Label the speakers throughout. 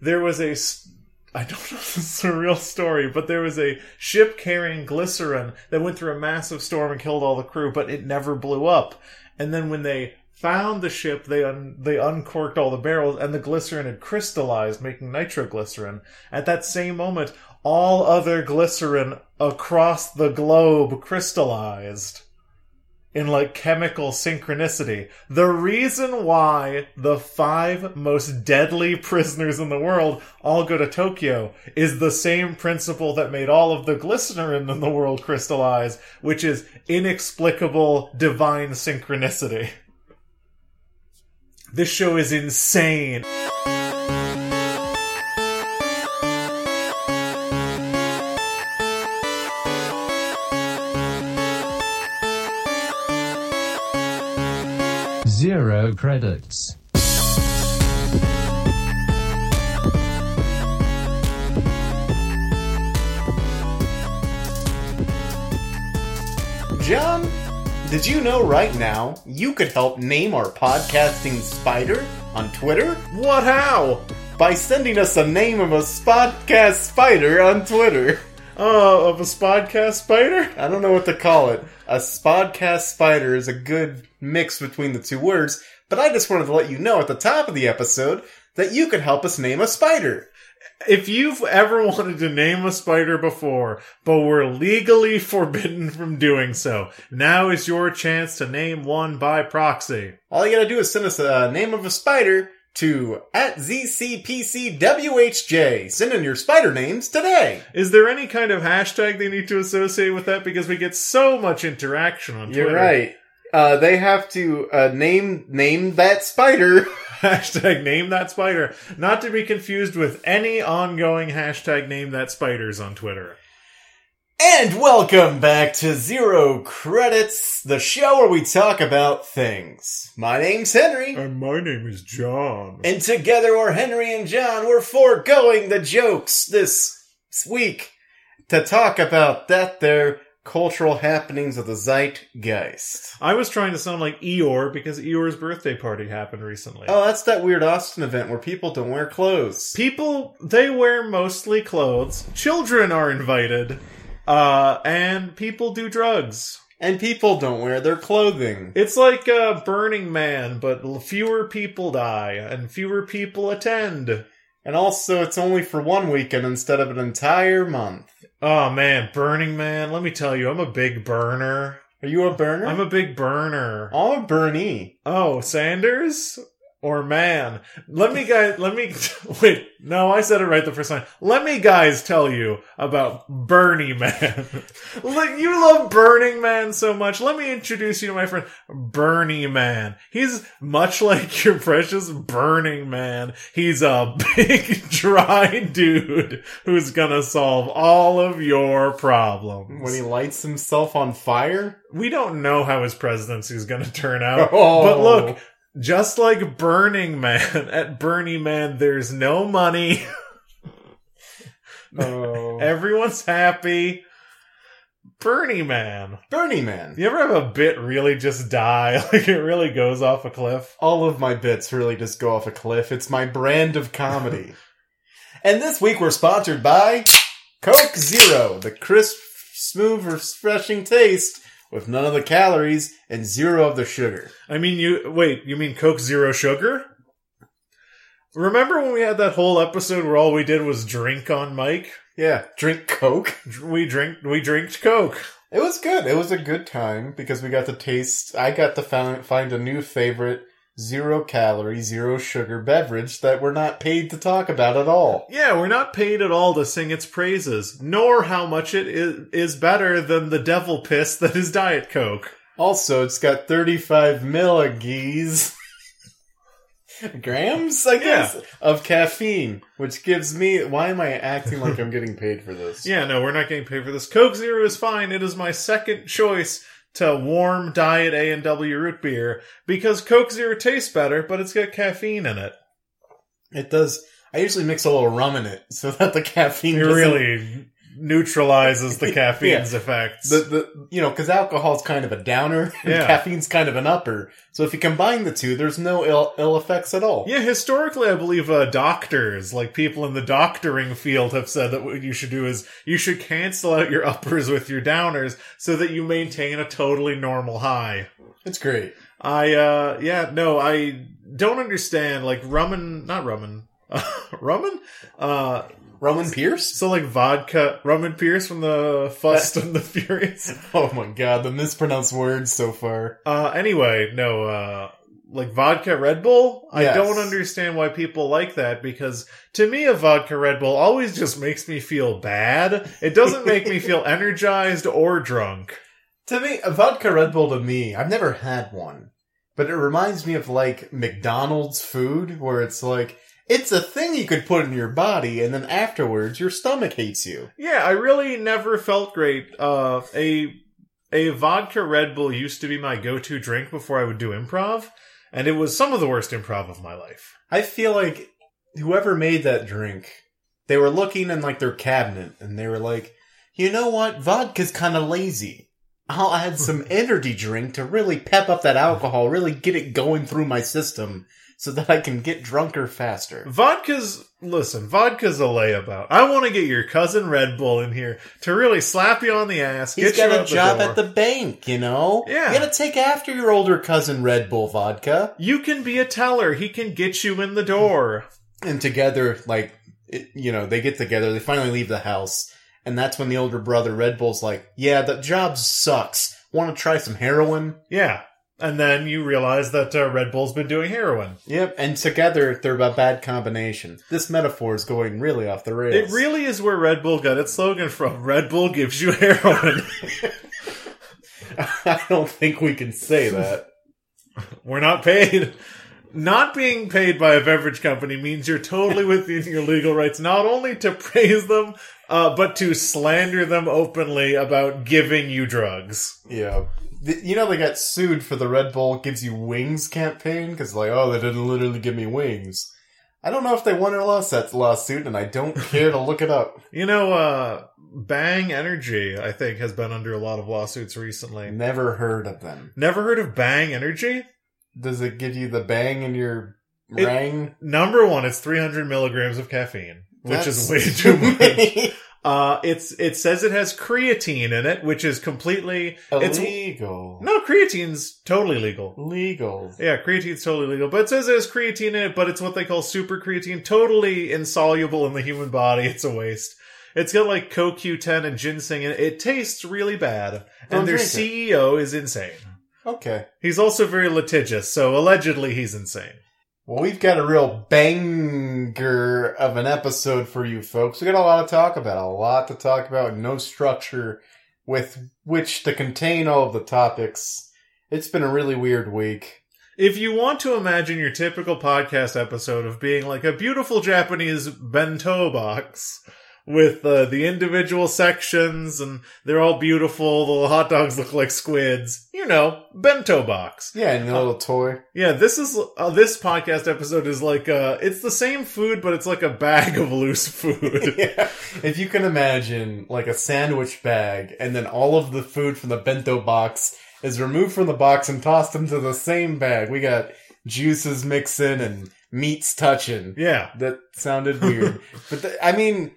Speaker 1: there was a s- I don't know if this is a real story, but there was a ship carrying glycerin that went through a massive storm and killed all the crew, but it never blew up. And then when they found the ship, they un- they uncorked all the barrels, and the glycerin had crystallized, making nitroglycerin. At that same moment, all other glycerin across the globe crystallized in like chemical synchronicity. The reason why the five most deadly prisoners in the world all go to Tokyo is the same principle that made all of the glycerin in the world crystallize, which is inexplicable divine synchronicity. This show is insane.
Speaker 2: Zero credits.
Speaker 3: John, did you know right now you could help name our podcasting spider on Twitter?
Speaker 1: What how?
Speaker 3: By sending us a name of a podcast spider on Twitter.
Speaker 1: Oh, of a spodcast spider?
Speaker 3: I don't know what to call it. A spodcast spider is a good mix between the two words, but I just wanted to let you know at the top of the episode that you could help us name a spider.
Speaker 1: If you've ever wanted to name a spider before, but were legally forbidden from doing so, now is your chance to name one by proxy.
Speaker 3: All you gotta do is send us a name of a spider to at ZCPCWHJ. Send in your spider names today.
Speaker 1: Is there any kind of hashtag they need to associate with that? Because we get so much interaction on Twitter.
Speaker 3: You're right. Uh, they have to uh, name name that spider.
Speaker 1: Hashtag name that spider. Not to be confused with any ongoing hashtag name that spiders on Twitter.
Speaker 3: And welcome back to Zero Credits, the show where we talk about things. My name's Henry,
Speaker 1: And Uh, my name is John.
Speaker 3: and together we're Henry and John. We're foregoing the jokes this week to talk about that there cultural happenings of the zeitgeist.
Speaker 1: I was trying to sound like Eeyore because Eeyore's birthday party happened recently.
Speaker 3: Oh, that's that weird Austin event where people don't wear clothes.
Speaker 1: people they wear mostly clothes children are invited uh and people do drugs
Speaker 3: and people don't wear their clothing.
Speaker 1: it's like uh burning man but l- fewer people die and fewer people attend
Speaker 3: And also, it's only for one weekend instead of an entire month.
Speaker 1: oh man burning man let me tell you i'm a big burner
Speaker 3: Are you a burner?
Speaker 1: i'm a big burner
Speaker 3: I'm a Bernie.
Speaker 1: oh sanders or man let me guys let me wait no i said it right the first time let me guys tell you about bernie man Look, you love Burning Man so much. Let me introduce you to my friend Bernie Man. He's much like your precious Burning Man. He's a big dry dude who's gonna solve all of your problems.
Speaker 3: When he lights himself on fire?
Speaker 1: we don't know how his presidency is gonna turn out,
Speaker 3: Oh.
Speaker 1: but look, just like Burning Man, at Bernie Man, there's no money.
Speaker 3: Oh.
Speaker 1: Everyone's happy. Bernie Man.
Speaker 3: Bernie Man.
Speaker 1: You ever have a bit really just die? Like it really goes off a cliff?
Speaker 3: All of my bits really just go off a cliff. It's my brand of comedy. and this week we're sponsored by Coke Zero, the crisp, smooth, refreshing taste with none of the calories and zero of the sugar.
Speaker 1: I mean, you wait, you mean Coke Zero Sugar? Remember when we had that whole episode where all we did was drink on mic?
Speaker 3: Yeah, drink Coke.
Speaker 1: Dr- We drink, we drinked Coke.
Speaker 3: It was good. It was a good time because we got to taste. I got to find, find a new favorite zero calorie, zero sugar beverage that we're not paid to talk about at all.
Speaker 1: Yeah, we're not paid at all to sing its praises, nor how much it is, is better than the devil piss that is Diet Coke.
Speaker 3: Also, it's got 35 milligees. Grams, I guess, of caffeine, which gives me. Why am I acting like I'm getting paid for this?
Speaker 1: Yeah, no, we're not getting paid for this. Coke Zero is fine. It is my second choice to warm diet A and W root beer because Coke Zero tastes better, but it's got caffeine in it.
Speaker 3: It does. I usually mix a little rum in it so that the caffeine
Speaker 1: It
Speaker 3: doesn't-
Speaker 1: really neutralizes the caffeine's effects.
Speaker 3: The, the you know because alcohol's kind of a downer, and
Speaker 1: Yeah.
Speaker 3: caffeine's kind of an upper. So if you combine the two, there's no ill ill effects at all.
Speaker 1: yeah, historically, I believe uh, doctors, like people in the doctoring field, have said that what you should do is you should cancel out your uppers with your downers so that you maintain a totally normal high.
Speaker 3: It's great.
Speaker 1: I uh yeah, no, I don't understand like rummen not rummen. rummen? Uh
Speaker 3: Roman Pierce.
Speaker 1: so like vodka rummen Pierce from the Fust and the Furious.
Speaker 3: Oh my god, the mispronounced words so far.
Speaker 1: Uh anyway, no, uh like vodka Red Bull? I
Speaker 3: Yes.
Speaker 1: don't understand why people like that because to me a vodka Red Bull always just makes me feel bad. It doesn't make me feel energized or drunk.
Speaker 3: To me, a vodka Red Bull to me, I've never had one, but it reminds me of like McDonald's food, where it's like it's a thing you could put in your body, and then afterwards your stomach hates you.
Speaker 1: Yeah, I really never felt great. Uh, a a vodka Red Bull used to be my go to drink before I would do improv, and it was some of the worst improv of my life.
Speaker 3: I feel like whoever made that drink, they were looking in like their cabinet, and they were like, you know what, vodka's kind of lazy. I'll add some energy drink to really pep up that alcohol, really get it going through my system, so that I can get drunker faster.
Speaker 1: Vodka's listen, vodka's a layabout. I want to get your cousin Red Bull in here to really slap you on the ass.
Speaker 3: He's
Speaker 1: get you
Speaker 3: got a
Speaker 1: out
Speaker 3: job
Speaker 1: the door.
Speaker 3: at the bank, you know?
Speaker 1: Yeah.
Speaker 3: You gotta take after your older cousin Red Bull Vodka.
Speaker 1: You can be a teller. He can get you in the door.
Speaker 3: And together, like, it, you know, they get together, they finally leave the house, and that's when the older brother Red Bull's like, yeah, the job sucks. Wanna try some heroin?
Speaker 1: Yeah, and then you realize that uh, Red Bull's been doing heroin.
Speaker 3: Yep. And together, they're a bad combination. This metaphor is going really off the rails.
Speaker 1: It really is where Red Bull got its slogan from. Red Bull gives you heroin.
Speaker 3: I don't think we can say that.
Speaker 1: We're not paid. Not being paid by a beverage company means you're totally within your legal rights, not only to praise them, uh, but to slander them openly about giving you drugs.
Speaker 3: Yeah. Th- You know they got sued for the Red Bull gives you wings campaign because like oh they didn't literally give me wings. I don't know if they won or lost that lawsuit, and I don't care to look it up.
Speaker 1: You know, uh, Bang Energy, I think, has been under a lot of lawsuits
Speaker 3: I
Speaker 1: recently.
Speaker 3: never heard of them.
Speaker 1: Never heard of Bang Energy?
Speaker 3: Does it give you the bang in your
Speaker 1: It-
Speaker 3: rang?
Speaker 1: Number one, it's 300 milligrams of caffeine, which is
Speaker 3: That's
Speaker 1: way too much.
Speaker 3: many.
Speaker 1: Uh, it's, it says it has creatine in it, which is completely, It's-
Speaker 3: Illegal.
Speaker 1: no, creatine's totally legal.
Speaker 3: Legal.
Speaker 1: Yeah, creatine's totally legal, but it says there's creatine in it, but it's what they call super creatine, totally insoluble in the human body. It's a waste. It's got like CoQ10 and ginseng in it. It tastes really bad,
Speaker 3: Don't
Speaker 1: and their
Speaker 3: drink it.
Speaker 1: CEO is insane.
Speaker 3: Okay.
Speaker 1: He's also very litigious, so allegedly he's insane.
Speaker 3: Well, we've got a real banger of an episode for you folks. We got a lot to talk about, a lot to talk about, no structure with which to contain all of the topics. It's been a really weird week.
Speaker 1: If you want to imagine your typical podcast episode of being like a beautiful Japanese bento box with uh, the individual sections and they're all beautiful, the hot dogs look like squids, you know, bento box.
Speaker 3: Yeah, and a little toy.
Speaker 1: Yeah, this is uh, this podcast episode is like uh it's the same food but it's like a bag of loose food.
Speaker 3: Yeah. If you can imagine, like a sandwich bag, and then all of the food from the bento box is removed from the box and tossed into the same bag. We got juices mixing and meats touching.
Speaker 1: yeah.
Speaker 3: That sounded weird. but th- I mean,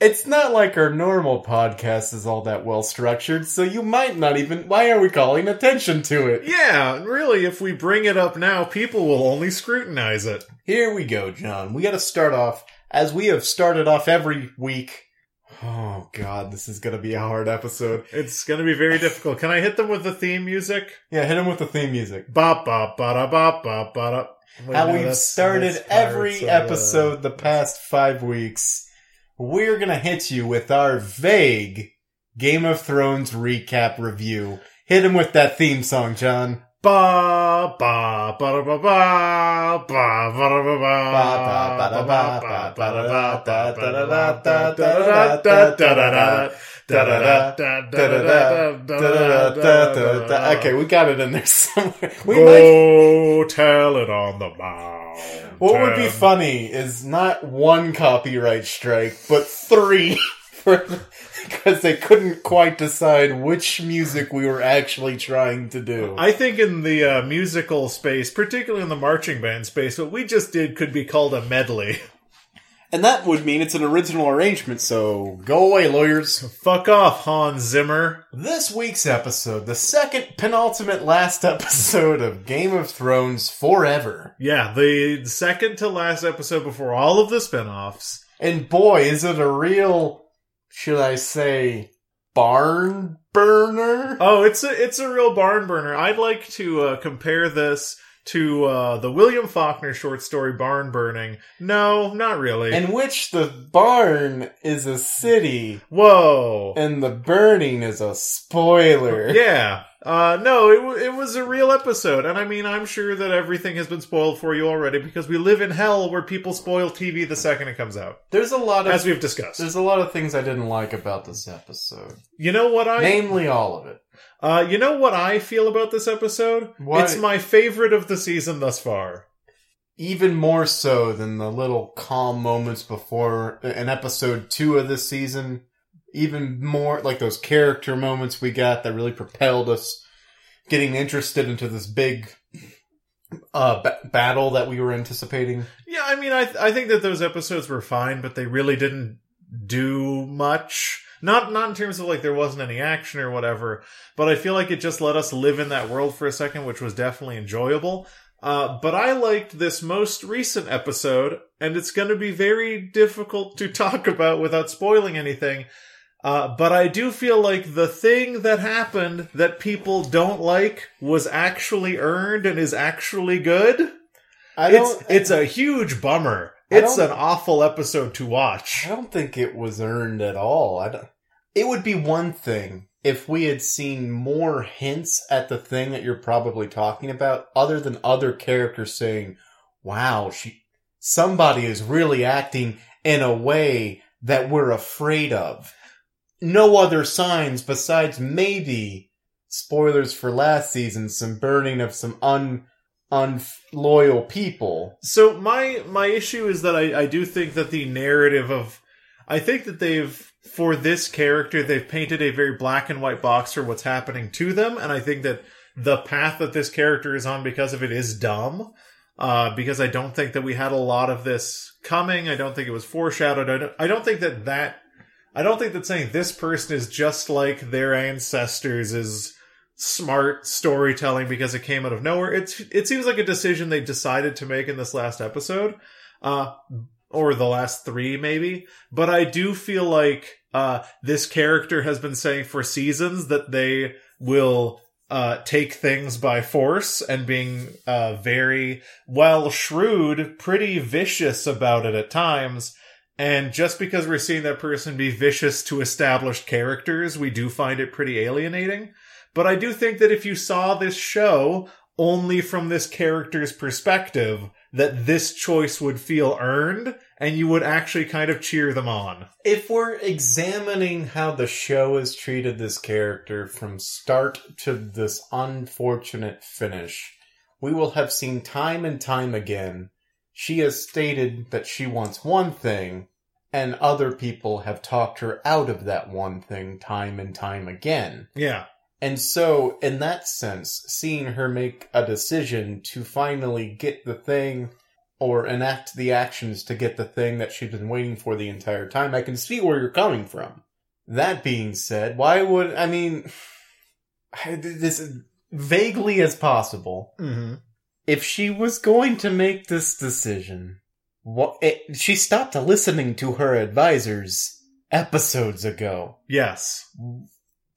Speaker 3: it's not like our normal podcast is all that well structured, so you might not even. Why are we calling attention to it?
Speaker 1: Yeah, and really if we bring it up now people will only scrutinize it.
Speaker 3: Here we go, John. We got to start off as we have started off every week. Oh, God, this is going to be a hard episode.
Speaker 1: It's going to be very difficult. Can I hit them with the theme music?
Speaker 3: Yeah, hit him with the theme music.
Speaker 1: Bop bop ba da bop bop ba da. Wait,
Speaker 3: How
Speaker 1: no,
Speaker 3: we've
Speaker 1: that's-
Speaker 3: started
Speaker 1: that's Pirates of,
Speaker 3: every
Speaker 1: uh,
Speaker 3: episode the past five weeks. We're gonna hit you with our vague Game of Thrones recap review. Hit him with that theme song, John.
Speaker 1: Ba ba ba da ba ba ba ba da ba ba ba ba ba ba da ba da ba da da da da da da da da da da da da da da da da da da da da da.
Speaker 3: Okay, we got it in there somewhere. We might.
Speaker 1: Go tell it on the mountain. Um,
Speaker 3: What would be funny is not one copyright strike, but three. for because they couldn't quite decide which music we were actually trying to do.
Speaker 1: I think in the uh, musical space, particularly in the marching band space, what we just did could be called a medley.
Speaker 3: and that would mean it's an original arrangement, so go away, lawyers.
Speaker 1: Fuck off, Hans Zimmer.
Speaker 3: This week's episode, the second penultimate last episode of Game of Thrones Forever.
Speaker 1: Yeah, the second to last episode before all of the spinoffs.
Speaker 3: And boy, is it a real, should I say, barn burner?
Speaker 1: Oh, it's a it's a real barn burner. I'd like to uh, compare this to uh, the William Faulkner short story "Barn Burning." No, not really.
Speaker 3: in which the barn is a city
Speaker 1: Whoa.
Speaker 3: and the burning is a spoiler.
Speaker 1: yeah. Uh, no, it, w- it was a real episode. And I mean, I'm sure that everything has been spoiled for you already because we live in hell where people spoil TV the second it comes out,
Speaker 3: There's a lot of
Speaker 1: as we've discussed.
Speaker 3: there's a lot of things I didn't like about this episode,
Speaker 1: You know what
Speaker 3: Oh,
Speaker 1: I,
Speaker 3: namely all of it.
Speaker 1: uh, you know what I feel about this episode?
Speaker 3: Why-
Speaker 1: It's my favorite of the season thus far.
Speaker 3: Even more so than the little calm moments before uh, in episode two of this season. Even more like those character moments we got that really propelled us getting interested into this big uh, ba- battle that we were anticipating.
Speaker 1: Yeah, I mean, I th- I think that those episodes were fine, but they really didn't do much. Not not in terms of like there wasn't any action or whatever, but I feel like it just let us live in that world for a second, which was definitely enjoyable. Uh, but I liked this most recent episode, and it's going to be very difficult to talk about without spoiling anything. Uh, but I do feel like the thing that happened that people don't like was actually earned and is actually good
Speaker 3: I
Speaker 1: it's it's a huge bummer.
Speaker 3: I
Speaker 1: It's
Speaker 3: don't-
Speaker 1: an awful episode to watch.
Speaker 3: I don't think it was earned at all. I don't- it would be one thing if we had seen more hints at the thing that you're probably talking about, other than other characters saying, "Wow, she, somebody is really acting in a way that we're afraid of." No other signs besides maybe spoilers for last season, some burning of some un unloyal people.
Speaker 1: So my my issue is that I, I do think that the narrative of I think that they've for this character they've painted a very black and white box for what's happening to them, and I think that the path that this character is on because of it is dumb. Uh, because I don't think that we had a lot of this coming. I don't think it was foreshadowed. I don't, I don't think that that I don't think that saying this person is just like their ancestors is smart storytelling because it came out of nowhere. It's it seems like a decision they decided to make in this last episode, uh, or the last three maybe. But I do feel like uh, this character has been saying for seasons that they will. Uh, take things by force and being uh, very well shrewd, pretty vicious about it at times. And just because we're seeing that person be vicious to established characters, we do find it pretty alienating. But I do think that if you saw this show only from this character's perspective, that this choice would feel earned and you would actually kind of cheer them on.
Speaker 3: if we're examining how the show has treated this character from start to this unfortunate finish, we will have seen time and time again she has stated that she wants one thing, and other people have talked her out of that one thing time and time again.
Speaker 1: Yeah.
Speaker 3: And so, in that sense, seeing her make a decision to finally get the thing or enact the actions to get the thing that she's been waiting for the entire time, I can see where you're coming from. That being said, why would, I mean, this is vaguely as possible.
Speaker 1: Mm-hmm.
Speaker 3: If she was going to make this decision, what, it, she stopped listening to her advisors episodes ago.
Speaker 1: Yes.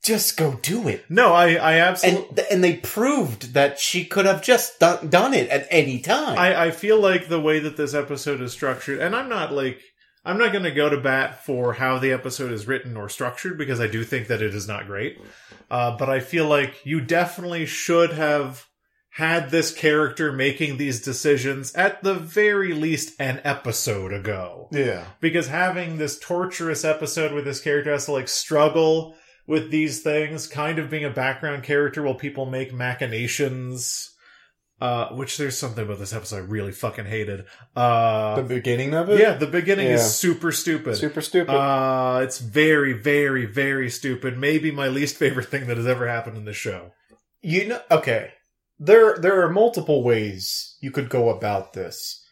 Speaker 3: Just go do it.
Speaker 1: No, I, I absolutely.
Speaker 3: and th- and they proved that she could have just done, done it at any time.
Speaker 1: I, I feel like the way that this episode is structured, and I'm not like I'm not going to go to bat for how the episode is written or structured because I do think that it is not great. Uh, but I feel like you definitely should have had this character making these decisions at the very least an episode ago
Speaker 3: yeah,
Speaker 1: because having this torturous episode where this character has to like struggle with these things, kind of being a background character while people make machinations uh, which there's something about this episode I really fucking hated. Uh,
Speaker 3: the beginning of it?
Speaker 1: yeah, the beginning
Speaker 3: Yeah.
Speaker 1: is super stupid.
Speaker 3: Super stupid.
Speaker 1: Uh, it's very, very, very stupid. Maybe my least favorite thing that has ever happened in this show.
Speaker 3: you know okay. There there are multiple ways you could go about this.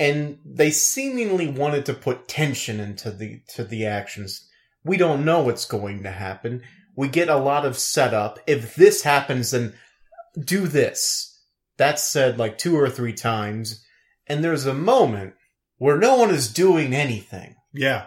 Speaker 3: And they seemingly wanted to put tension into the to the actions. We don't know what's going to happen. We get a lot of setup. If this happens then do this. That's said like two or three times. And there's a moment where no one is doing anything.
Speaker 1: Yeah,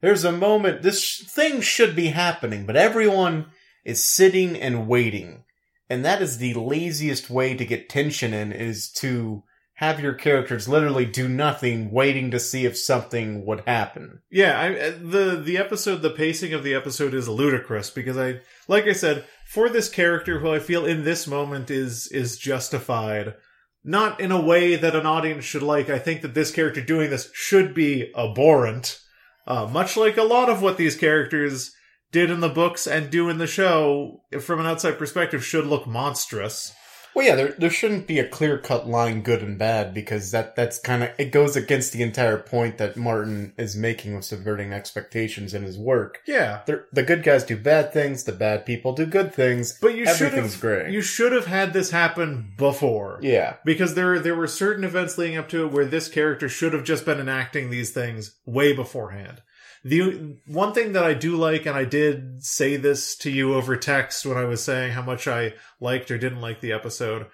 Speaker 3: There's a moment, this sh- thing should be happening, but everyone is sitting and waiting. And that is the laziest way to get tension in, is to have your characters literally do nothing, waiting to see if something would happen.
Speaker 1: yeah. I, uh, the the episode, the pacing of the episode is ludicrous because I, like I said, for this character who I feel in this moment is is justified, not in a way that an audience should like. I think that this character doing this should be abhorrent, uh, much like a lot of what these characters did in the books and do in the show. From an outside perspective, should look monstrous.
Speaker 3: Well, yeah, there, there shouldn't be a clear cut line good and bad because that, that's kind of, it goes against the entire point that Martin is making of subverting expectations in his work.
Speaker 1: Yeah.
Speaker 3: There- The good guys do bad things, the bad people do good things.
Speaker 1: But you should
Speaker 3: Everything's
Speaker 1: have
Speaker 3: gray.
Speaker 1: you should have had this happen before.
Speaker 3: Yeah.
Speaker 1: Because there there were certain events leading up to it where this character should have just been enacting these things way beforehand. The one thing that I do like, and I did say this to you over text when I was saying how much I liked or didn't like the episode.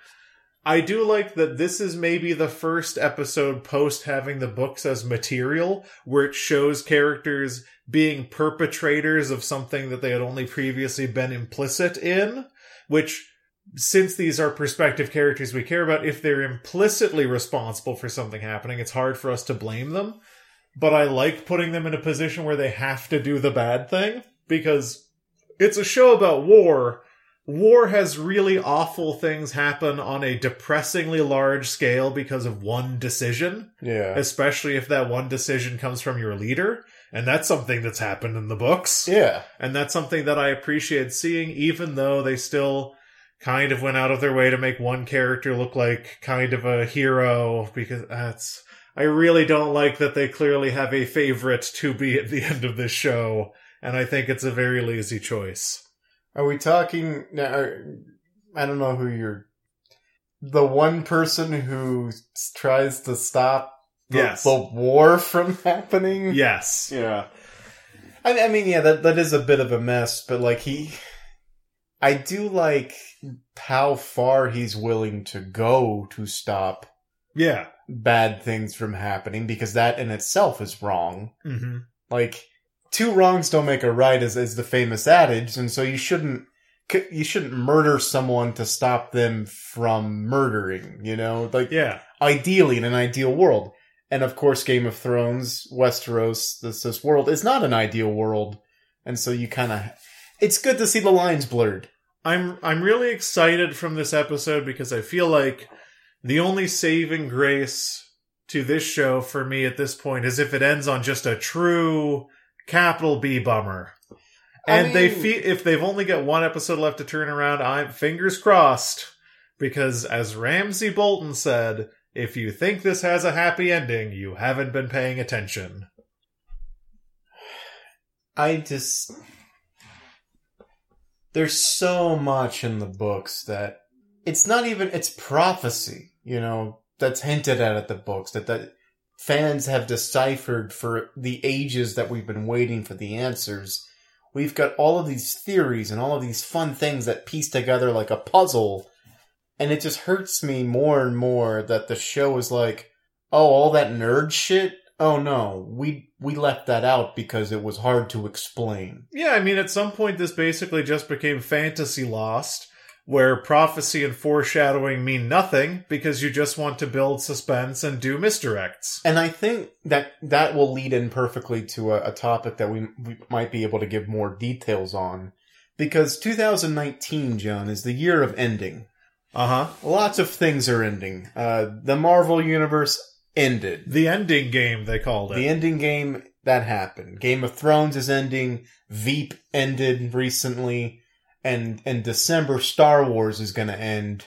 Speaker 1: I do like that this is maybe the first episode post having the books as material where it shows characters being perpetrators of something that they had only previously been implicit in, which since these are perspective characters we care about, if they're implicitly responsible for something happening, it's hard for us to blame them. But I like putting them in a position where they have to do the bad thing because it's a show about war. War has really awful things happen on a depressingly large scale because of one decision
Speaker 3: Yeah.
Speaker 1: especially if that one decision comes from your leader. And that's something that's happened in the books.
Speaker 3: yeah.
Speaker 1: And that's something that I appreciate seeing, even though they still kind of went out of their way to make one character look like kind of a hero because that's, I really don't like that they clearly have a favorite to be at the end of this show. And I think it's a very lazy choice.
Speaker 3: Are we talking? now, are- I don't know who you're. The one person who s- tries to stop the,
Speaker 1: Yes.
Speaker 3: the war from happening.
Speaker 1: Yes.
Speaker 3: Yeah. I, I mean, yeah, that that is a bit of a mess, but like he, I do like how far he's willing to go to stop
Speaker 1: Yeah.
Speaker 3: bad things from happening because that in itself is wrong.
Speaker 1: hmm
Speaker 3: like two wrongs don't make a right is, is the famous adage and so you shouldn't c- you shouldn't murder someone to stop them from murdering you know like
Speaker 1: Yeah.
Speaker 3: ideally in an ideal world and of course game of thrones westeros this this world is not an ideal world and so you kind of it's good to see the lines blurred
Speaker 1: I'm I'm really excited from this episode because I feel like the only saving grace to this show for me at this point is if it ends on just a true capital B bummer.
Speaker 3: I
Speaker 1: And they
Speaker 3: mean-
Speaker 1: fe- if they've only got one episode left to turn around, I'm fingers crossed because as Ramsey Bolton said, if you think this has a happy ending, you haven't been paying attention.
Speaker 3: I just there's so much in the books that it's not even it's prophecy, you know, that's hinted at at the books that that fans have deciphered for the ages that we've been waiting for the answers. We've got all of these theories and all of these fun things that piece together like a puzzle. And it just hurts me more and more that the show is like, oh, all that nerd shit? Oh no, we we left that out because it was hard to explain.
Speaker 1: Yeah, I mean, at some point, this basically just became fantasy lost, where prophecy and foreshadowing mean nothing because you just want to build suspense and do misdirects.
Speaker 3: And I think that that will lead in perfectly to a, a topic that we, we might be able to give more details on. Because 2019, John, is the year of ending.
Speaker 1: Uh huh.
Speaker 3: Lots of things are ending. Uh, the Marvel Universe ended.
Speaker 1: The ending game, they called it.
Speaker 3: The ending game that happened. Game of Thrones is ending. Veep ended recently, and in December, Star Wars is going to end.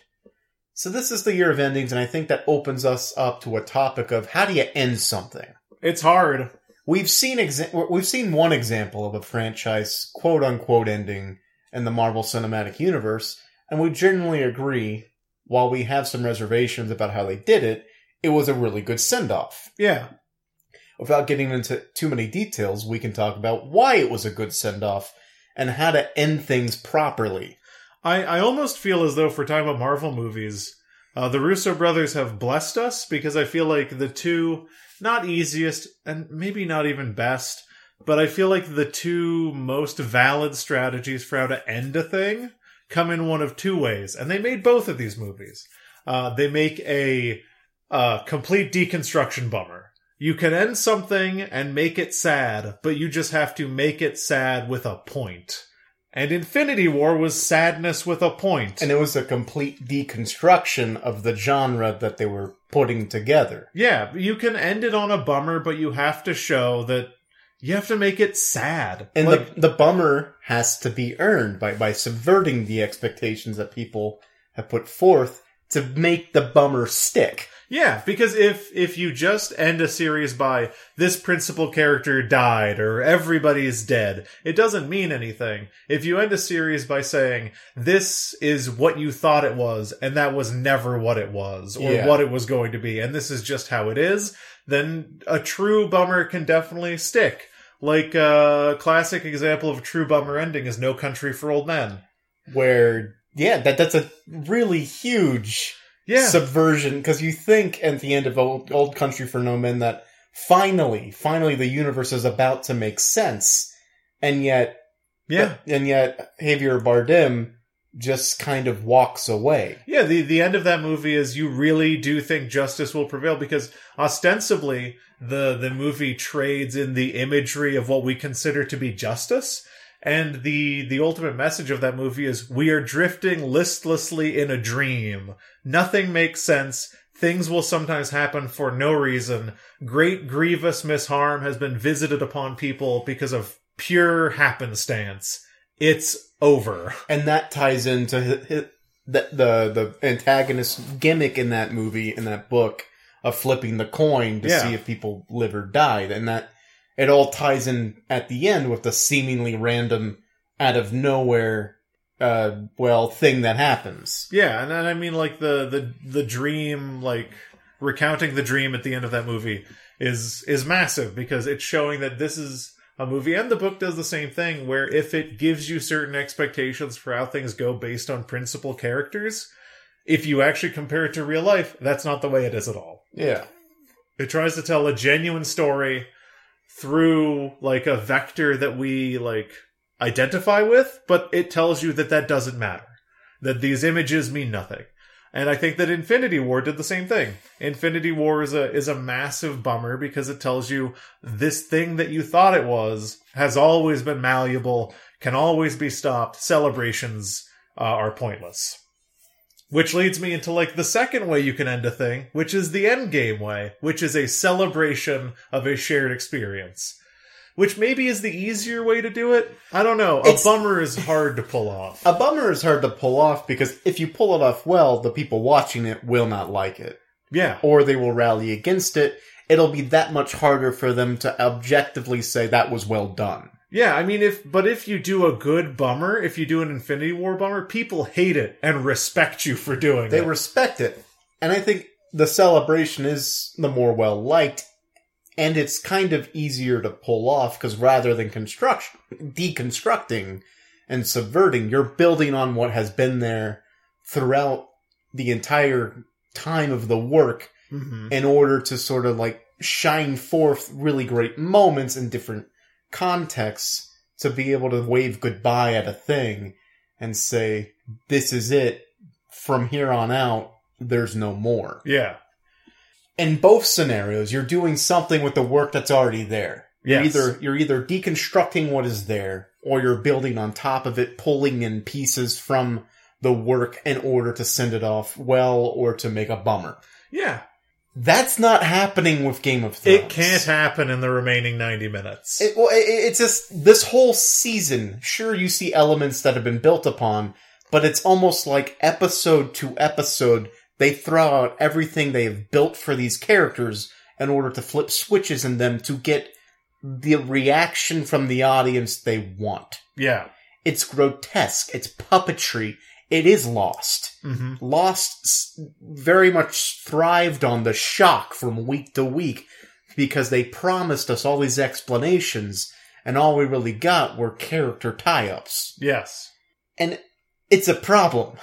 Speaker 3: So this is the year of endings, and I think that opens us up to a topic of how do you end something.
Speaker 1: It's hard.
Speaker 3: We've seen exa- we've seen one example of a franchise quote unquote ending in the Marvel Cinematic Universe, and we generally agree. While we have some reservations about how they did it, it was a really good send off.
Speaker 1: Yeah.
Speaker 3: Without getting into too many details, we can talk about why it was a good send off and how to end things properly.
Speaker 1: I, I almost feel as though if we're talking about Marvel movies, uh, the Russo brothers have blessed us because I feel like the two, not easiest and maybe not even best, but I feel like the two most valid strategies for how to end a thing come in one of two ways. And they made both of these movies. Uh, they make a uh, complete deconstruction bummer. You can end something and make it sad, but you just have to make it sad with a point. And Infinity War was sadness with a point.
Speaker 3: And it was a complete deconstruction of the genre that they were putting together.
Speaker 1: Yeah, you can end it on a bummer, but you have to show that you have to make it sad.
Speaker 3: And
Speaker 1: Like,
Speaker 3: the, the bummer has to be earned by, by subverting the expectations that people have put forth to make the bummer stick.
Speaker 1: yeah, because if if you just end a series by this principal character died or everybody's dead, it doesn't mean anything. If you end a series by saying this is what you thought it was and that was never what it was or
Speaker 3: Yeah.
Speaker 1: what it was going to be and this is just how it is, then a true bummer can definitely stick. Like a classic example of a true bummer ending is No Country for Old Men.
Speaker 3: Where, yeah, that, that's a really huge
Speaker 1: Yeah.
Speaker 3: subversion because you think at the end of old, old country for no men that finally finally the universe is about to make sense and yet
Speaker 1: yeah.
Speaker 3: and yet javier bardem just kind of walks away
Speaker 1: Yeah, the, the end of that movie is you really do think justice will prevail because ostensibly the the movie trades in the imagery of what we consider to be justice. And the the ultimate message of that movie is we are drifting listlessly in a dream. Nothing makes sense. Things will sometimes happen for no reason. Great grievous misharm has been visited upon people because of pure happenstance. It's over.
Speaker 3: and that ties into hi- hi- the, the the antagonist gimmick in that movie in that book of flipping the coin to
Speaker 1: Yeah.
Speaker 3: see if people live or died and that it all ties in at the end with the seemingly random out of nowhere uh well thing that happens
Speaker 1: Yeah, and, and I mean like the the the dream, like recounting the dream at the end of that movie is is massive because it's showing that this is a movie and the book does the same thing where if it gives you certain expectations for how things go based on principal characters, if you actually compare it to real life, that's not the way it is at all.
Speaker 3: yeah
Speaker 1: It tries to tell a genuine story through like a vector that we like identify with, but it tells you that that doesn't matter. That these images mean nothing. And I think that Infinity War did the same thing. Infinity War is a is a massive bummer because it tells you this thing that you thought it was has always been malleable, can always be stopped. Celebrations uh, are pointless. Which leads me into like the second way you can end a thing, which is the end game way, which is a celebration of a shared experience. Which maybe is the easier way to do it. I don't know. A
Speaker 3: It's-
Speaker 1: bummer is hard to pull off.
Speaker 3: a bummer is hard to pull off because if you pull it off well the people watching it will not like it
Speaker 1: Yeah.
Speaker 3: or they will rally against it it'll be that much harder for them to objectively say that was well done
Speaker 1: Yeah, I mean if but if you do a good bummer, if you do an Infinity War bummer, people hate it and respect you for doing
Speaker 3: they
Speaker 1: it.
Speaker 3: respect it and i think the celebration is the more well liked and it's kind of easier to pull off because rather than construction deconstructing and subverting you're building on what has been there throughout the entire time of the work
Speaker 1: Mhm.
Speaker 3: in order to sort of like shine forth really great moments in different contexts to be able to wave goodbye at a thing and say, this is it. From here on out, there's no more.
Speaker 1: Yeah.
Speaker 3: In both scenarios, you're doing something with the work that's already there. You're
Speaker 1: Yes.
Speaker 3: either you're either deconstructing what is there or you're building on top of it, pulling in pieces from the work in order to send it off well or to make a bummer.
Speaker 1: Yeah.
Speaker 3: That's not happening with Game of Thrones.
Speaker 1: It can't happen in the remaining 90 minutes.
Speaker 3: It, well, it, it- it's just this whole season. Sure, you see elements that have been built upon, but it's almost like episode to episode. they throw out everything they have built for these characters in order to flip switches in them to get the reaction from the audience they want.
Speaker 1: Yeah.
Speaker 3: It's grotesque. It's puppetry. It is lost.
Speaker 1: Mm-hmm.
Speaker 3: Lost s- very much thrived on the shock from week to week because they promised us all these explanations, and all we really got were character tie ups.
Speaker 1: Yes.
Speaker 3: And it's a problem.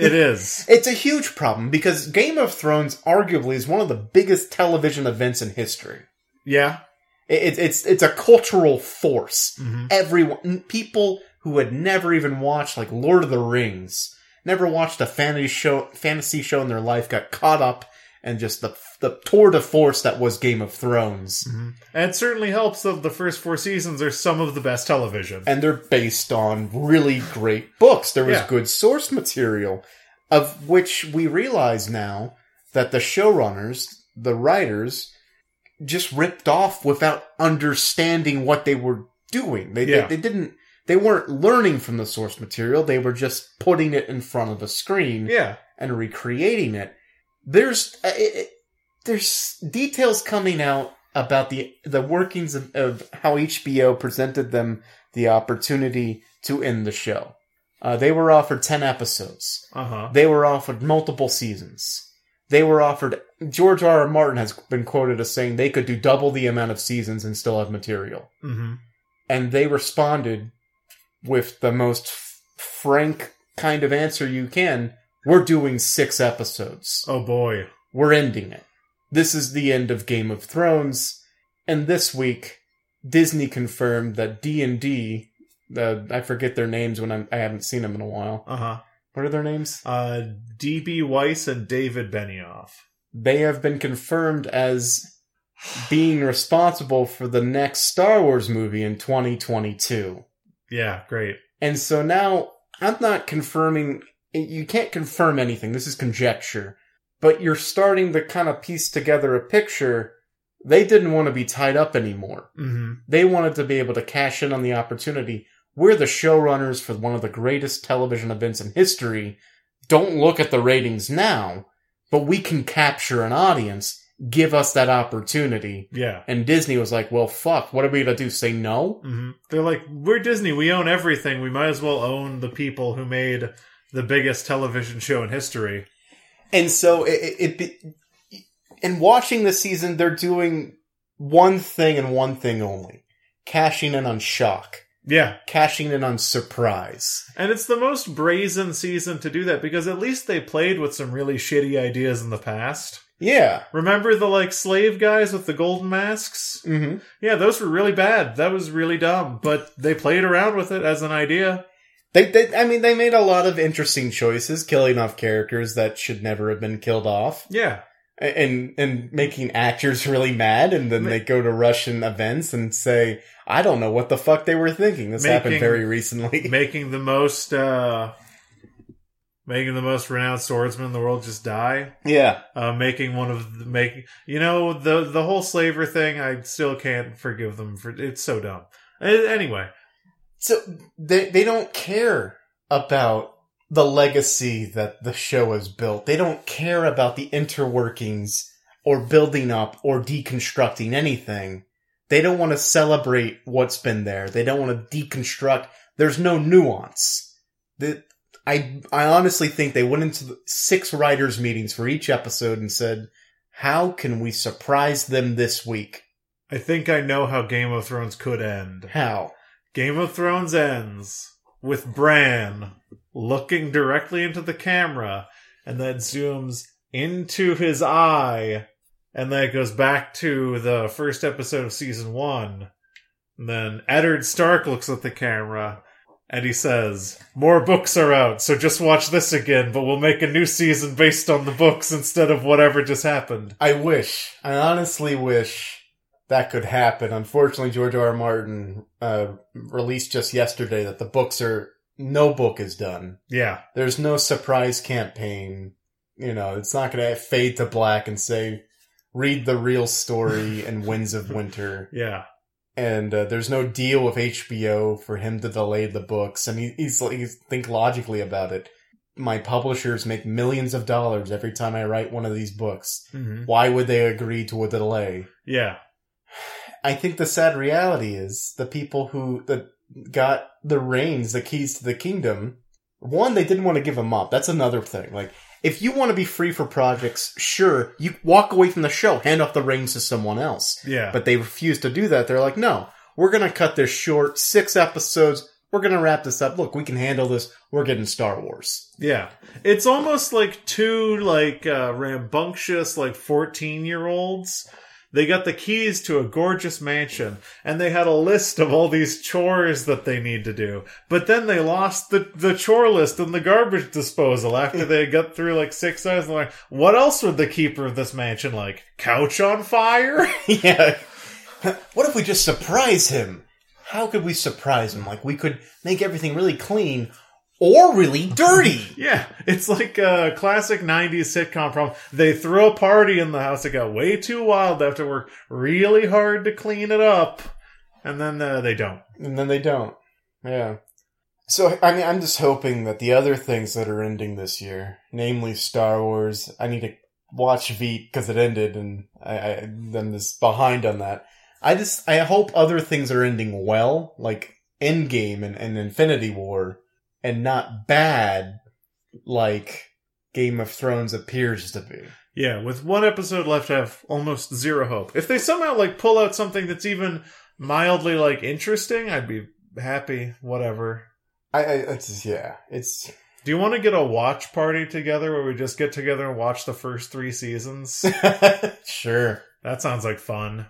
Speaker 1: It is.
Speaker 3: It's a huge problem because Game of Thrones arguably is one of the biggest television events in history.
Speaker 1: yeah.
Speaker 3: It, it's- it's, it's a cultural force
Speaker 1: Mm-hmm.
Speaker 3: everyone people who had never even watched like Lord of the Rings, never watched a fantasy show fantasy show in their life got caught up and just the the tour de force that was Game of Thrones.
Speaker 1: And it certainly helps that the first four seasons are some of the best television.
Speaker 3: And they're based on really great books. There was
Speaker 1: Yeah.
Speaker 3: good source material of which we realize now that the showrunners, the writers just ripped off without understanding what they were doing. They,
Speaker 1: Yeah.
Speaker 3: they they didn't they weren't learning from the source material. They were just putting it in front of a screen
Speaker 1: yeah.
Speaker 3: and recreating it. There's uh, it, it- there's details coming out about the the workings of, of how HBO presented them the opportunity to end the show. Uh, they were offered ten episodes.
Speaker 1: Uh huh.
Speaker 3: They were offered multiple seasons. They were offered. George R. R. Martin has been quoted as saying they could do double the amount of seasons and still have material.
Speaker 1: Mm-hmm.
Speaker 3: And they responded with the most f- frank kind of answer you can. We're doing six episodes.
Speaker 1: Oh boy.
Speaker 3: We're ending it. This is the end of Game of Thrones. And this week, Disney confirmed that D and D. uh, I forget their names when I'm, I haven't seen them in a while.
Speaker 1: Uh huh.
Speaker 3: What are their names?
Speaker 1: Uh, D.B. Weiss and David Benioff.
Speaker 3: they have been confirmed as being responsible for the next Star Wars movie in 2022.
Speaker 1: Yeah. Great.
Speaker 3: And so now I'm not confirming, you can't confirm anything. This is conjecture. But you're starting to kind of piece together a picture. They didn't want to be tied up anymore.
Speaker 1: Mm-hmm.
Speaker 3: They wanted to be able to cash in on the opportunity. We're the showrunners for one of the greatest television events in history. Don't look at the ratings now, but we can capture an audience. Give us that opportunity.
Speaker 1: Yeah.
Speaker 3: And Disney was like, well, fuck, what are we going to do? Say no?
Speaker 1: hmm They're like, we're Disney. We own everything. We might as well own the people who made the biggest television show in history.
Speaker 3: And so it, it, it be, in watching this season, they're doing one thing and one thing only cashing in on shock,
Speaker 1: Yeah.
Speaker 3: cashing in on surprise.
Speaker 1: And it's the most brazen season to do that because at least they played with some really shitty ideas in the past.
Speaker 3: Yeah.
Speaker 1: Remember the like slave guys with the golden masks?
Speaker 3: Mm-hmm.
Speaker 1: Yeah, those were really bad. That was really dumb, but they played around with it as an idea.
Speaker 3: They, they, I mean, they made a lot of interesting choices, killing off characters that should never have been killed off,
Speaker 1: Yeah.
Speaker 3: a- and and making actors really mad, and then
Speaker 1: Ma-
Speaker 3: they go to Russian events and say, "I don't know what the fuck they were thinking." This happened
Speaker 1: Making-
Speaker 3: very recently.
Speaker 1: Making the most uh making the most renowned swordsman in the world just die.
Speaker 3: yeah,
Speaker 1: Uh making one of the making you know, the the whole slaver thing, I still can't forgive them for it's so dumb. A- Anyway.
Speaker 3: so they they don't care about the legacy that the show has built. They don't care about the interworkings or building up or deconstructing anything. They don't want to celebrate what's been there. They don't want to deconstruct. There's no nuance. The, I I honestly think they went into the six writers meetings for each episode and said, "How can we surprise them this week?
Speaker 1: I think I know how Game of Thrones could end.
Speaker 3: How?"
Speaker 1: Game of Thrones ends with Bran looking directly into the camera and that zooms into his eye and then it goes back to the first episode of season one. And then Eddard Stark looks at the camera and he says, More books are out, so just watch this again, but we'll make a new season based on the books instead of whatever just happened.
Speaker 3: I wish. I honestly wish that could happen. Unfortunately, George R. R. Martin uh, released just yesterday that the books are no book is done.
Speaker 1: Yeah.
Speaker 3: There's no surprise campaign. You know, it's not going to fade to black and say, "Read the real story and Winds of Winter."
Speaker 1: Yeah.
Speaker 3: And uh, there's no deal with HBO for him to delay the books. And he, he's, he's think logically about it. my publishers make millions of dollars every time I write one of these books.
Speaker 1: hmm
Speaker 3: Why would they agree to a delay?
Speaker 1: Yeah.
Speaker 3: I think the sad reality is the people who that got the reins, the keys to the kingdom, one, they didn't want to give them up. That's another thing. Like, if you want to be free for projects, sure, you walk away from the show, hand off the reins to someone else.
Speaker 1: Yeah.
Speaker 3: But they refuse to do that. They're like, no, we're going to cut this short, six episodes. We're going to wrap this up. Look, we can handle this. We're getting Star Wars.
Speaker 1: yeah. It's almost like two like uh rambunctious like 14-year-olds. They got the keys to a gorgeous mansion and they had a list of all these chores that they need to do. But then they lost the the chore list and the garbage disposal after they got through like six hours and like what else would the keeper of this mansion like? Couch on fire?
Speaker 3: yeah. What if we just surprise him? How could we surprise him? Like, we could make everything really clean or really dirty.
Speaker 1: Yeah, it's like a classic 90s sitcom problem. They throw a party in the house. It got way too wild. They have to work really hard to clean it up. And then uh, they don't.
Speaker 3: and then they don't. Yeah. So, I mean, I'm just hoping that the other things that are ending this year, namely Star Wars, I need to watch Veep because it ended and I, I, I'm just behind on that. I just, I hope other things are ending well, like Endgame and, and Infinity War, and not bad like Game of Thrones appears to be.
Speaker 1: Yeah, with one episode left, I have almost zero hope. If they somehow like pull out something that's even mildly like interesting, I'd be happy. Whatever.
Speaker 3: I, I it's, yeah, it's,
Speaker 1: Do you want to get a watch party together where we just get together and watch the first three seasons?
Speaker 3: sure.
Speaker 1: that sounds like fun.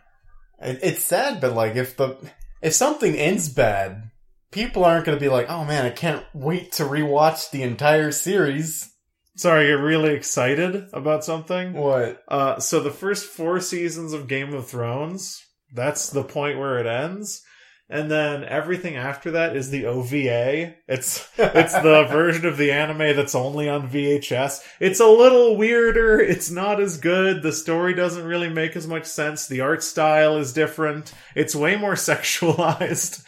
Speaker 3: It, it's sad, but like if the if something ends bad, people aren't going to be like, "Oh man, I can't wait to rewatch the entire series."
Speaker 1: Sorry, you're really excited about something?
Speaker 3: What?
Speaker 1: Uh, so the first four seasons of Game of Thrones, that's the point where it ends. And then everything after that is the OVA. It's it's the version of the anime that's only on VHS. It's a little weirder. It's not as good. The story doesn't really make as much sense. The art style is different. It's way more sexualized.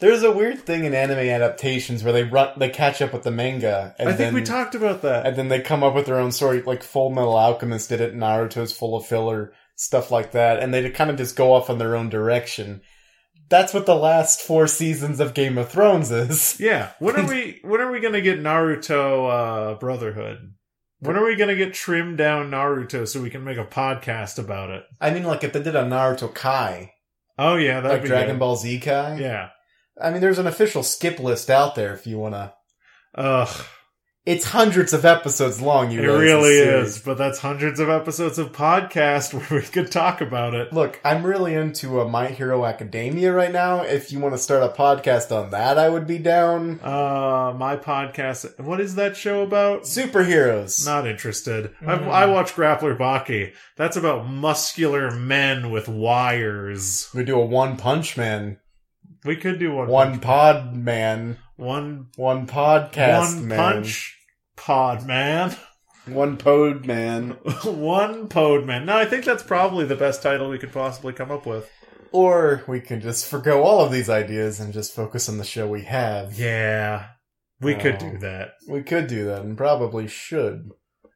Speaker 3: There's a weird thing in anime adaptations where they run, they catch up with the manga, and
Speaker 1: I think
Speaker 3: then
Speaker 1: we talked about that.
Speaker 3: and then they come up with their own story. Like Full Metal Alchemist did it, Naruto's full of filler stuff like that, and they kind of just go off on their own direction. That's what the last four seasons of Game of Thrones is.
Speaker 1: Yeah. When are we when are we gonna get Naruto uh Brotherhood? When are we gonna get trimmed down Naruto so we can make a podcast about it?
Speaker 3: I mean, like if they did a Naruto Kai,
Speaker 1: Oh yeah, that'd
Speaker 3: like
Speaker 1: be
Speaker 3: Dragon
Speaker 1: good.
Speaker 3: Ball Z Kai,
Speaker 1: Yeah.
Speaker 3: I mean, there's an official skip list out there if you want to.
Speaker 1: Ugh.
Speaker 3: It's hundreds of episodes long. You
Speaker 1: It
Speaker 3: realize
Speaker 1: really
Speaker 3: this series.
Speaker 1: is. But that's hundreds of episodes of podcast where we could talk about it.
Speaker 3: Look, I'm really into uh, My Hero Academia right now. If you want to start a podcast on that, I would be down.
Speaker 1: Uh my podcast what is that show about?
Speaker 3: Superheroes.
Speaker 1: Not interested.
Speaker 3: Mm.
Speaker 1: I, I watch Grappler Baki. That's about muscular men with wires.
Speaker 3: We do a One Punch Man,
Speaker 1: We could do one
Speaker 3: One Pod Man,
Speaker 1: one
Speaker 3: One Podcast
Speaker 1: one
Speaker 3: Man,
Speaker 1: punch pod man
Speaker 3: One Pod Man,
Speaker 1: one pod man no i think that's probably the best title we could possibly come up with
Speaker 3: or we can just forgo all of these ideas and just focus on the show we have.
Speaker 1: yeah we could
Speaker 3: Oh.
Speaker 1: do that
Speaker 3: We could do that and probably should.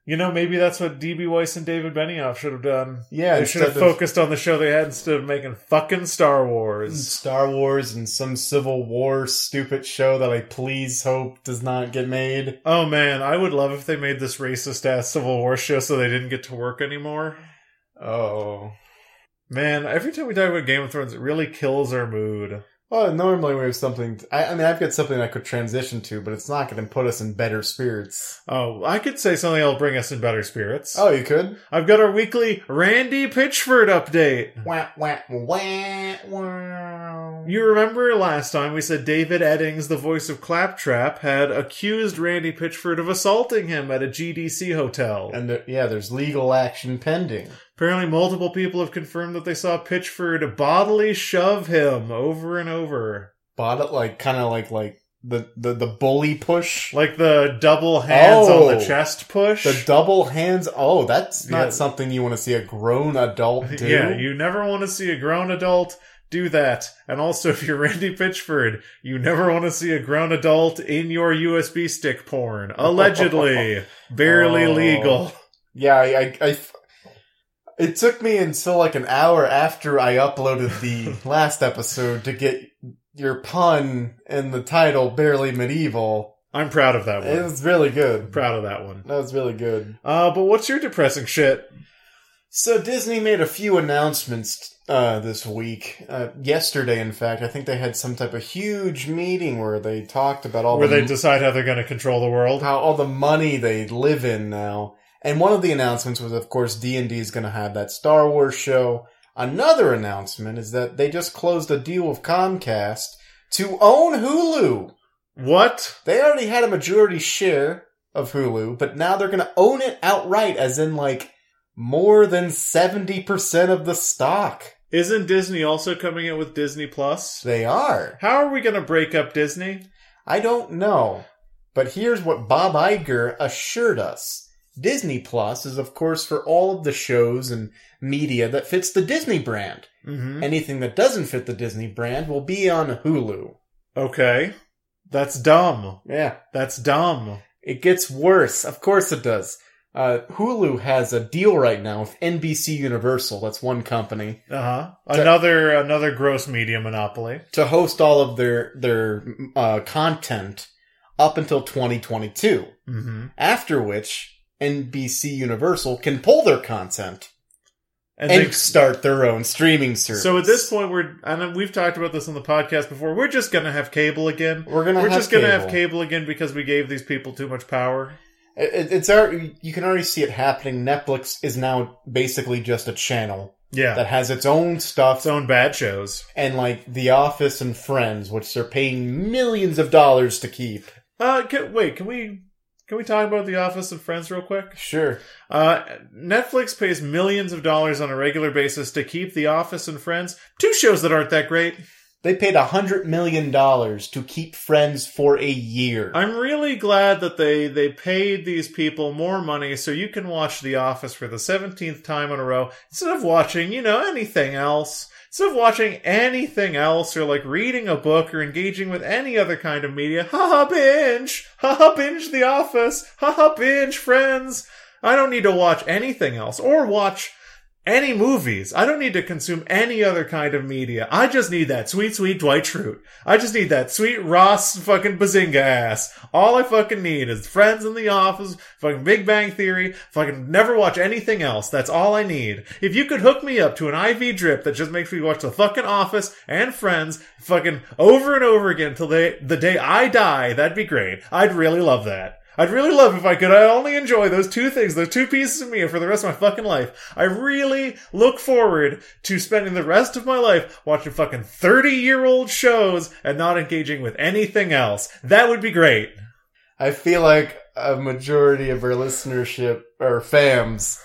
Speaker 1: you know maybe that's what db weiss and david benioff should have done
Speaker 3: Yeah,
Speaker 1: they should have
Speaker 3: instead of-
Speaker 1: focused on the show they had instead of making fucking star wars
Speaker 3: Star Wars and some Civil War stupid show that I please hope does not get made.
Speaker 1: oh man i would love if they made this racist ass civil war show so they didn't get to work anymore
Speaker 3: Oh.
Speaker 1: man every time we talk about game of thrones it really kills our mood
Speaker 3: Well, normally we have something. I, I mean, I've got something I could transition to, but it's not going to put us in better spirits.
Speaker 1: oh i could say something that'll bring us in better spirits
Speaker 3: Oh, you could?
Speaker 1: I've got our weekly Randy Pitchford update.
Speaker 3: Wah, wah, wah, wah.
Speaker 1: You remember last time we said David Eddings, the voice of Claptrap, had accused Randy Pitchford of assaulting him at a GDC hotel.
Speaker 3: And there, yeah, there's legal action pending.
Speaker 1: Apparently, multiple people have confirmed that they saw Pitchford bodily shove him over and over.
Speaker 3: Bought it like kind of like like the, the the bully push,
Speaker 1: Like the double hands on the
Speaker 3: Oh.
Speaker 1: chest push.
Speaker 3: the double hands. Oh, that's not
Speaker 1: Yeah.
Speaker 3: something you want to see a grown adult do.
Speaker 1: Yeah, you never want to see a grown adult do that. And also, if you're Randy Pitchford, you never want to see a grown adult in your USB stick porn. Allegedly, barely
Speaker 3: Oh.
Speaker 1: legal.
Speaker 3: Yeah, I, I, I. It took me until like an hour after I uploaded the last episode to get your pun and the title "Barely Medieval."
Speaker 1: I'm proud of that
Speaker 3: It
Speaker 1: one.
Speaker 3: was really good.
Speaker 1: Proud of that one.
Speaker 3: That was really good.
Speaker 1: Uh, but what's your depressing shit?
Speaker 3: So Disney made a few announcements uh, this week. Uh, yesterday, in fact, I think they had some type of huge meeting where they talked about all
Speaker 1: Where
Speaker 3: the
Speaker 1: they decide how they're going to control the world.
Speaker 3: how all the money they live in now. And one of the announcements was, of course, D and D is going to have that Star Wars show. Another announcement is that they just closed a deal with Comcast to own Hulu.
Speaker 1: What?
Speaker 3: They already had a majority share of Hulu, but now they're going to own it outright, as in like more than seventy percent of the stock.
Speaker 1: Isn't Disney also coming out with Disney Plus?
Speaker 3: They are.
Speaker 1: How are we going to break up Disney?
Speaker 3: I don't know. But here's what Bob Iger assured us. Disney Plus is, of course, for all of the shows and media that fits the Disney brand.
Speaker 1: Mm-hmm.
Speaker 3: Anything that doesn't fit the Disney brand will be on Hulu.
Speaker 1: Okay. That's dumb.
Speaker 3: Yeah.
Speaker 1: That's dumb.
Speaker 3: It gets worse. Of course it does. Uh, Hulu has a deal right now with NBC Universal, that's one company,
Speaker 1: Uh huh. Another another gross media monopoly.
Speaker 3: to host all of their, their, uh, content up until 2022.
Speaker 1: Mm-hmm.
Speaker 3: after which NBC Universal can pull their content
Speaker 1: And,
Speaker 3: and,
Speaker 1: they,
Speaker 3: start their own streaming service.
Speaker 1: so at this point, we're and we've talked about this on the podcast before. We're just gonna have cable again.
Speaker 3: we're gonna
Speaker 1: We're
Speaker 3: have
Speaker 1: just
Speaker 3: cable.
Speaker 1: gonna have cable again because we gave these people too much power.
Speaker 3: It- it- it's already, you can already see it happening. Netflix is now basically just a channel
Speaker 1: Yeah,
Speaker 3: that has its own stuff
Speaker 1: its own bad shows.
Speaker 3: and like The Office and Friends, which they're paying millions of dollars to keep.
Speaker 1: Uh, can, wait, can we can we talk about The Office and Friends real quick?
Speaker 3: Sure,
Speaker 1: Uh, Netflix pays millions of dollars on a regular basis to keep The Office and Friends, two shows that aren't that great.
Speaker 3: they paid a hundred million dollars to keep Friends for a year.
Speaker 1: I'm really glad that they they paid these people more money so you can watch The Office for the 17th time in a row instead of watching, you know, anything else. Instead of watching anything else or like reading a book or engaging with any other kind of media, haha binge, haha binge The Office, haha binge Friends. I don't need to watch anything else or watch any movies. I don't need to consume any other kind of media. I just need that sweet, sweet Dwight Schrute. I just need that sweet Ross fucking Bazinga ass. All I fucking need is Friends in the Office, fucking Big Bang Theory, fucking never watch anything else. That's all I need. If you could hook me up to an IV drip that just makes me watch the fucking Office and Friends fucking over and over again till they, the day I die, that'd be great. I'd really love that. I'd really love if I could only enjoy those two things, those two pieces of me for the rest of my fucking life. I really look forward to spending the rest of my life watching fucking 30 year old shows and not engaging with anything else. That would be great.
Speaker 3: I feel like a majority of our listenership or fams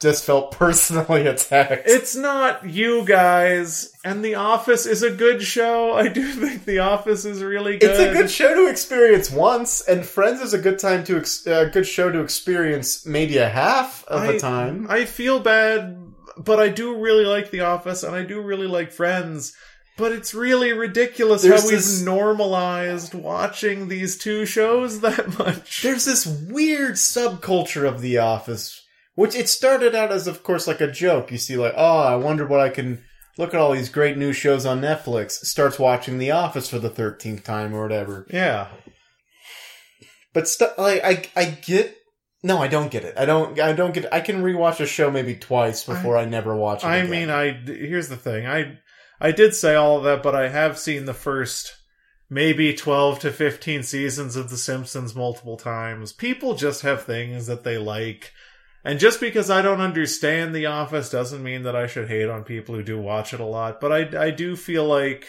Speaker 3: just felt personally attacked.
Speaker 1: It's not you guys, and The Office is a good show. I do think The Office is really good.
Speaker 3: It's a good show to experience once, and Friends is a good time to ex- uh, good show to experience maybe a half of
Speaker 1: I-
Speaker 3: the time.
Speaker 1: I feel bad, but I do really like The Office and I do really like Friends. But it's really ridiculous
Speaker 3: There's
Speaker 1: how we've
Speaker 3: this-
Speaker 1: normalized watching these two shows that much.
Speaker 3: There's this weird subculture of The Office, which it started out as, of course, like a joke. You see, like, oh, I wonder what I can look at all these great new shows on Netflix. Starts watching The Office for the thirteenth time or whatever.
Speaker 1: Yeah.
Speaker 3: But st- like I I get no, I don't get it. I don't I don't get it. I can rewatch a show maybe twice before I, never watch it.
Speaker 1: I
Speaker 3: again.
Speaker 1: mean, I here's the thing. I I did say all of that, but I have seen the first maybe 12 to 15 seasons of The Simpsons multiple times. People just have things that they like. And just because I don't understand The Office doesn't mean that I should hate on people who do watch it a lot, but I I do feel like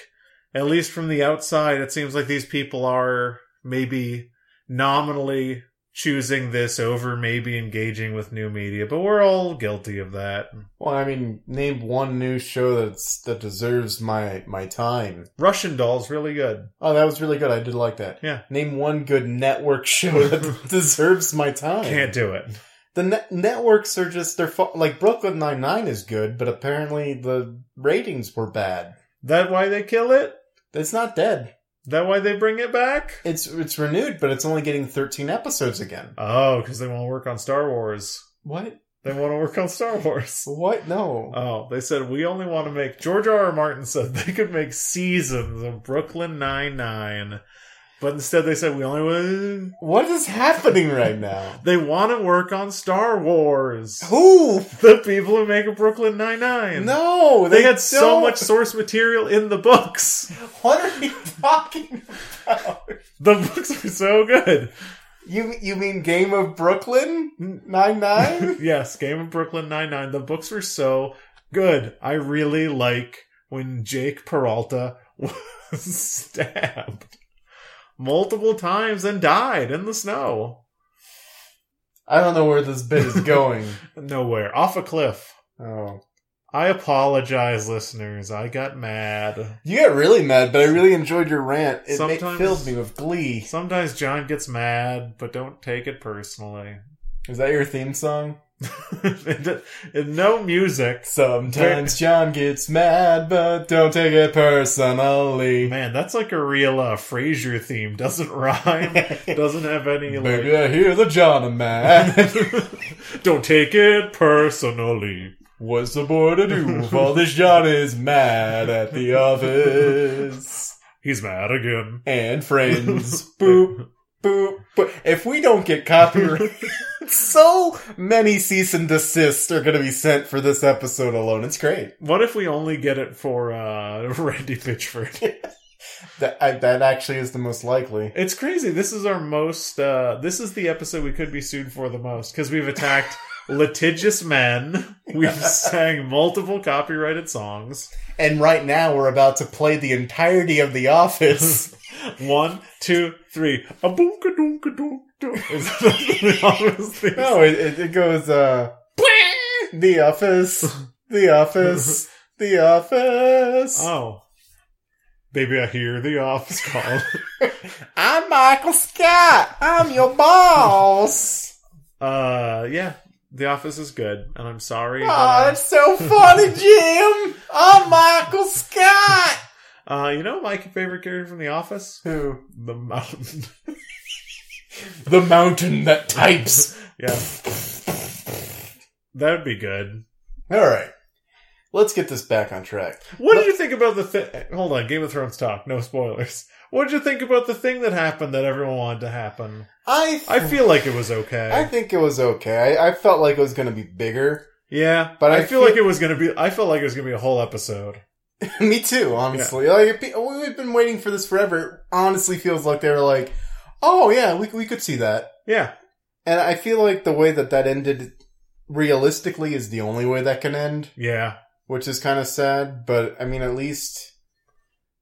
Speaker 1: at least from the outside it seems like these people are maybe nominally choosing this over maybe engaging with new media, but we're all guilty of that.
Speaker 3: well, I mean, name one new show that's that deserves my my time.
Speaker 1: Russian Doll's really good.
Speaker 3: Oh, that was really good. I did like that.
Speaker 1: Yeah.
Speaker 3: Name one good network show that deserves my time.
Speaker 1: Can't do it.
Speaker 3: The ne- networks are just they're fa- like Brooklyn Nine Nine is good, but apparently the ratings were bad.
Speaker 1: That why they kill it?
Speaker 3: It's not dead.
Speaker 1: That why they bring it back?
Speaker 3: It's it's renewed, but it's only getting 13 episodes again.
Speaker 1: Oh, because they want to work on Star Wars.
Speaker 3: What?
Speaker 1: They want to work on Star Wars.
Speaker 3: What? No.
Speaker 1: Oh, they said we only want to make. George R. R. Martin said they could make seasons of Brooklyn Nine Nine, but instead they said we only want.
Speaker 3: what is happening right now?
Speaker 1: They want to work on Star Wars.
Speaker 3: Who?
Speaker 1: The people who make a Brooklyn Nine Nine.
Speaker 3: No,
Speaker 1: they, had so
Speaker 3: don't.
Speaker 1: much source material in the books.
Speaker 3: What are you talking about?
Speaker 1: The books were so good.
Speaker 3: You you mean Game of Brooklyn Nine Nine?
Speaker 1: yes, Game of Brooklyn Nine Nine. The books were so good. I really like when Jake Peralta was stabbed multiple times and died in the snow.
Speaker 3: I don't know where this bit is going.
Speaker 1: Nowhere. Off a cliff.
Speaker 3: Oh,
Speaker 1: I apologize, listeners. I got mad.
Speaker 3: you got really mad, but I really enjoyed your rant. It ma-
Speaker 1: Sometimes-
Speaker 3: filled me with glee.
Speaker 1: Sometimes John gets mad, but don't take it personally.
Speaker 3: Is that your theme song?
Speaker 1: and no music.
Speaker 3: Sometimes John gets mad, but don't take it personally.
Speaker 1: Man, that's like a real uh, Frasier theme. Doesn't rhyme.
Speaker 3: Maybe
Speaker 1: Doesn't have any like.
Speaker 3: I hear the John man
Speaker 1: Don't take it personally.
Speaker 3: What's the boy to do if all this John is mad at the office
Speaker 1: He's mad again.
Speaker 3: and friends? Boop. boop, boop. If we don't get copyright, so many cease and desist are going to be sent for this episode alone. It's great.
Speaker 1: What if we only get it for uh, Randy Pitchford?
Speaker 3: That I, that actually is the most likely.
Speaker 1: It's crazy. This is our most. Uh, this is the episode we could be sued for the most because we've attacked litigious men. We've sang multiple copyrighted songs.
Speaker 3: And right now, we're about to play the entirety of The Office.
Speaker 1: One, two, three. A boonka doonka doonk doonk. Is that the obvious thing?
Speaker 3: no, it, it, it goes. uh The Office, The Office, The Office.
Speaker 1: Oh. Baby, I hear the office call.
Speaker 3: I'm Michael Scott. I'm your boss.
Speaker 1: Uh, yeah, The Office is good, and I'm sorry.
Speaker 3: Oh,
Speaker 1: that
Speaker 3: that's so funny, Jim. I'm Michael Scott.
Speaker 1: I- uh, you know my favorite character from The Office?
Speaker 3: Who?
Speaker 1: The Mountain.
Speaker 3: The mountain that types.
Speaker 1: yeah, that would be good.
Speaker 3: All right. Let's get this back on track.
Speaker 1: What did you think about the thing? Hold on, Game of Thrones talk. No spoilers. What did you think about the thing that happened that everyone wanted to happen?
Speaker 3: I
Speaker 1: I feel like it was okay.
Speaker 3: I think it was okay. I, I felt like it was going to be bigger.
Speaker 1: yeah, but
Speaker 3: But
Speaker 1: I,
Speaker 3: I
Speaker 1: feel
Speaker 3: feel-
Speaker 1: like it was gonna be. I felt like it was gonna be a whole episode.
Speaker 3: Me too, honestly. Like pe- we- we've been waiting for this forever. It honestly, feels like they were like, "Oh yeah, we we could see that."
Speaker 1: Yeah,
Speaker 3: And I feel like the way that that ended, realistically, is the only way that can end,
Speaker 1: yeah.
Speaker 3: which is kind of sad. But I mean, at least,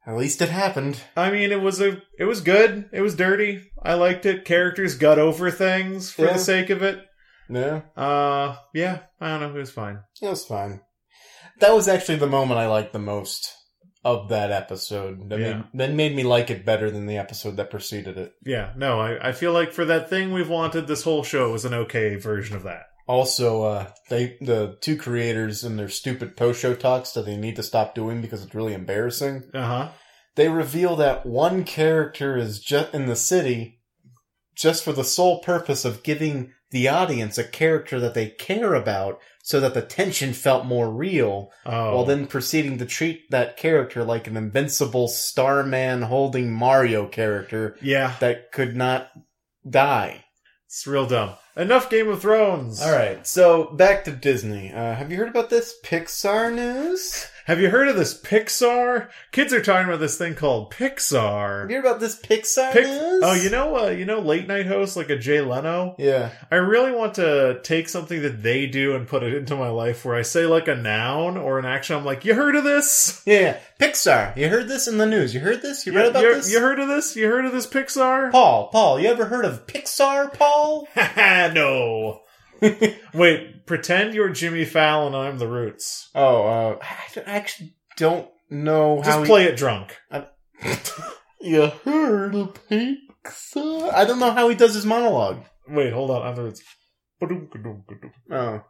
Speaker 3: at least it happened.
Speaker 1: I mean, it was a, it was good. It was dirty. I liked it. Characters got over things for
Speaker 3: Yeah.
Speaker 1: the sake of it.
Speaker 3: No,
Speaker 1: Uh, yeah, I don't know. It was fine.
Speaker 3: It was fine. That was actually the moment I liked the most of that episode. That,
Speaker 1: Yeah.
Speaker 3: made, that made me like it better than the episode that preceded it.
Speaker 1: Yeah, no, I, I feel like for that thing we've wanted, this whole show was an okay version of that.
Speaker 3: Also, uh, they the two creators and their stupid post show talks that they need to stop doing because it's really embarrassing.
Speaker 1: Uh huh.
Speaker 3: They reveal that one character is just in the city just for the sole purpose of giving the audience a character that they care about so that the tension felt more real
Speaker 1: Oh,
Speaker 3: while then proceeding to treat that character like an invincible Starman holding Mario character
Speaker 1: yeah,
Speaker 3: that could not die.
Speaker 1: it's real dumb. Enough Game of Thrones.
Speaker 3: All right, so back to Disney. Uh, have you heard about this Pixar news?
Speaker 1: Have you heard of this Pixar? Kids are talking about this thing called Pixar.
Speaker 3: Have you heard about this Pixar
Speaker 1: Pix-
Speaker 3: news?
Speaker 1: oh, you know, uh, you know, late night hosts like a Jay Leno.
Speaker 3: Yeah.
Speaker 1: I really want to take something that they do and put it into my life, where I say like a noun or an action. I'm like, you heard of this?
Speaker 3: yeah, yeah. Pixar. You heard this in the news. You heard this. You read about
Speaker 1: you,
Speaker 3: this.
Speaker 1: you heard of this? You heard of this Pixar?
Speaker 3: Paul, Paul, you ever heard of Pixar, Paul?
Speaker 1: no. Wait, pretend you're Jimmy Fallon. I'm the Roots.
Speaker 3: Oh, uh, I I actually don't know
Speaker 1: Just
Speaker 3: how. he-
Speaker 1: play it drunk.
Speaker 3: You heard of Pixar? I don't know how he does his monologue.
Speaker 1: Wait, hold on. I'm the Roots. Ba-dum-ka-dum-ka-dum.
Speaker 3: Oh.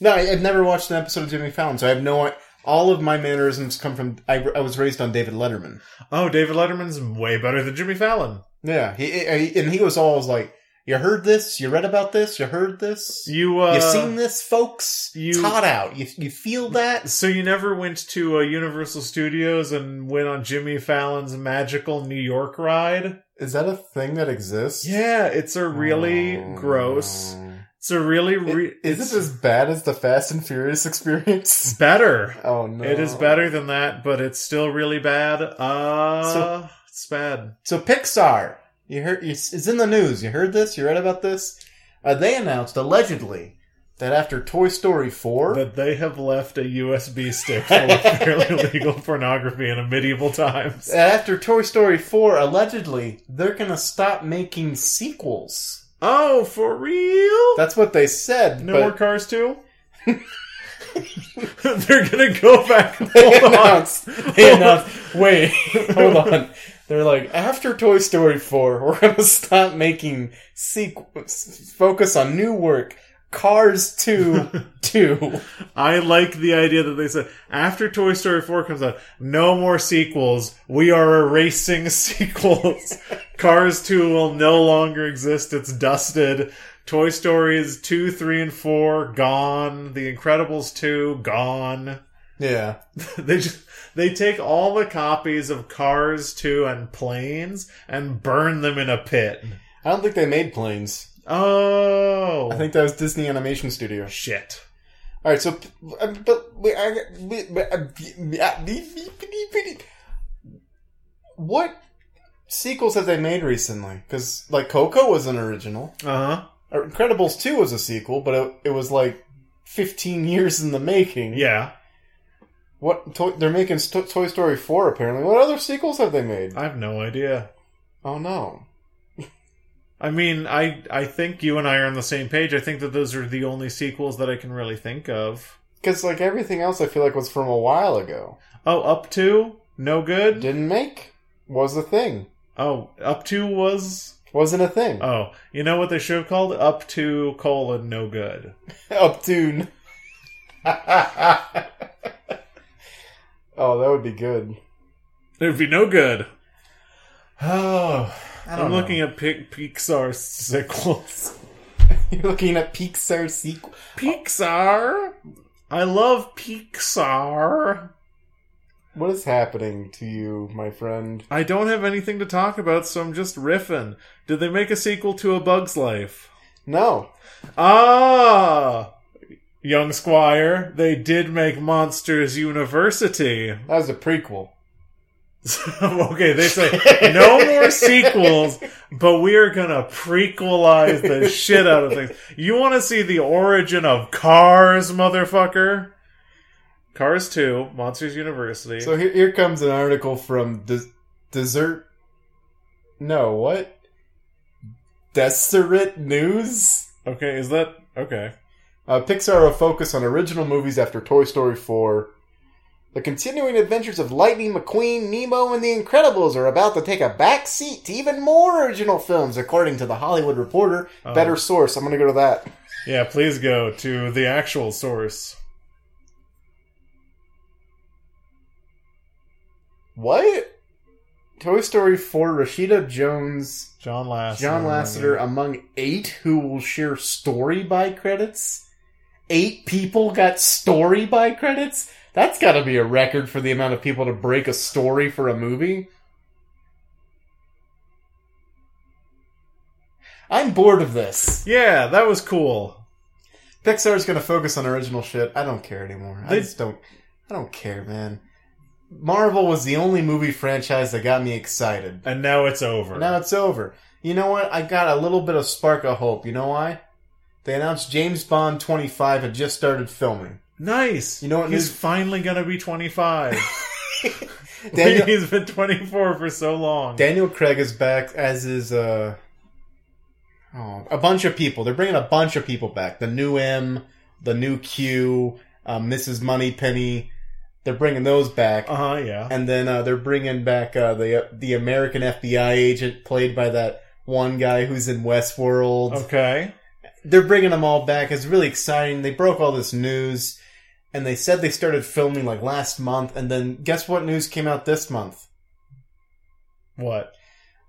Speaker 3: No, I- I've never watched an episode of Jimmy Fallon, so I have no. all of my mannerisms come from. I, I was raised on David Letterman.
Speaker 1: Oh, David Letterman's way better than Jimmy Fallon.
Speaker 3: Yeah, he, he- and he was always like, "You heard this? You read about this? You heard this?
Speaker 1: You uh,
Speaker 3: You've seen this, folks?
Speaker 1: you-
Speaker 3: it's hot out. You you feel that?
Speaker 1: So you never went to uh, Universal Studios and went on Jimmy Fallon's magical New York ride?
Speaker 3: Is that a thing that exists?
Speaker 1: Yeah, it's a really gross. It's a really re-
Speaker 3: Oh. is it as bad as the Fast and Furious experience?
Speaker 1: better.
Speaker 3: Oh no!
Speaker 1: It is better than that, but it's still really bad. Uh,
Speaker 3: So-
Speaker 1: it's bad.
Speaker 3: So Pixar, you heard it's it's in the news. You heard this? You read about this? Uh, they announced allegedly that after Toy Story four,
Speaker 1: That they have left a USB stick full of fairly legal pornography in a medieval times.
Speaker 3: after Toy Story four, allegedly they're gonna stop making sequels.
Speaker 1: Oh, for real?
Speaker 3: That's what they said.
Speaker 1: no
Speaker 3: but
Speaker 1: more Cars 2? They're gonna go back and
Speaker 3: they
Speaker 1: hold on.
Speaker 3: announced. They
Speaker 1: Hold on.
Speaker 3: announced. Wait, hold on. They're like after Toy Story four, we're gonna stop making sequels. Focus on new work. Cars two two.
Speaker 1: I like the idea that they said after Toy Story 4 comes out, no more sequels. We are erasing sequels. Cars 2 will no longer exist. It's dusted. Toy Stories 2, 3, and 4 gone. The Incredibles 2 gone.
Speaker 3: Yeah.
Speaker 1: they just they take all the copies of Cars 2 and Planes and burn them in a pit.
Speaker 3: I don't think they made planes.
Speaker 1: Oh.
Speaker 3: I think that was Disney Animation Studio.
Speaker 1: shit.
Speaker 3: All right, so uh, but we- I- we- uh, we- what sequels have they made recently? Because like Coco was an original.
Speaker 1: Uh-huh.
Speaker 3: Or Incredibles two was a sequel, but it, it was like fifteen years in the making.
Speaker 1: Yeah.
Speaker 3: What toy, they're making Sto- Toy Story four apparently. What other sequels have they made?
Speaker 1: I have no idea.
Speaker 3: oh no.
Speaker 1: I mean, I I think you and I are on the same page. I think that those are the only sequels that I can really think of.
Speaker 3: Because like everything else, I feel like was from a while ago.
Speaker 1: Oh, up to no good.
Speaker 3: Didn't make was a thing.
Speaker 1: Oh, up to was
Speaker 3: Wasn't a thing.
Speaker 1: oh, you know what they should have called up to colon no good.
Speaker 3: Up tune. oh, that would be good.
Speaker 1: It would be no good.
Speaker 3: Oh, I
Speaker 1: I'm looking at Pic- Pixar sequels.
Speaker 3: You're looking at Pixar sequel.
Speaker 1: Pixar. I love Pixar.
Speaker 3: What is happening to you, my friend?
Speaker 1: I don't have anything to talk about, so I'm just riffing. Did they make a sequel to A Bug's Life?
Speaker 3: No,
Speaker 1: Ah, young squire, they did make Monsters University.
Speaker 3: that was a prequel.
Speaker 1: okay, they say no more sequels, but we are gonna prequelize the shit out of things. You want to see the origin of Cars, motherfucker? Cars Two, Monsters University.
Speaker 3: So here, here comes an article from Des- Desert. No, what? Deseret News.
Speaker 1: okay, is that okay?
Speaker 3: Uh, Pixar will focus on original movies after Toy Story 4. The continuing adventures of Lightning McQueen, Nemo, and the Incredibles are about to take a back seat to even more original films, according to The Hollywood Reporter.
Speaker 1: Oh.
Speaker 3: Better source. I'm going to go to that.
Speaker 1: Yeah, please go to the actual source.
Speaker 3: What? Toy Story 4, Rashida Jones,
Speaker 1: John Lasseter.
Speaker 3: John Lasseter, um, among eight who will share story by credits? Eight people got story by credits? That's got to be a record for the amount of people to break a story for a movie. I'm bored of this.
Speaker 1: Yeah, that was cool.
Speaker 3: Pixar's gonna focus on original shit. I don't care anymore. I
Speaker 1: They-
Speaker 3: just don't. I don't care, man. Marvel was the only movie franchise that got me excited.
Speaker 1: And now it's over.
Speaker 3: Now it's over. You know what? I got a little bit of spark of hope. You know why? They announced James Bond 25 had just started filming.
Speaker 1: Nice.
Speaker 3: You know what
Speaker 1: He's
Speaker 3: news-
Speaker 1: finally gonna be 25.
Speaker 3: Daniel,
Speaker 1: He's been 24 for so long.
Speaker 3: Daniel Craig is back, as is uh, oh, a bunch of people. They're bringing a bunch of people back. The new M, the new Q, uh, Mrs. Moneypenny. They're bringing those back.
Speaker 1: uh huh. Yeah.
Speaker 3: And then uh, they're bringing back uh, the the American FBI agent played by that one guy who's in Westworld.
Speaker 1: Okay.
Speaker 3: they're bringing them all back. It's really exciting. They broke all this news. and they said they started filming like last month, and then guess what news came out this month?
Speaker 1: What?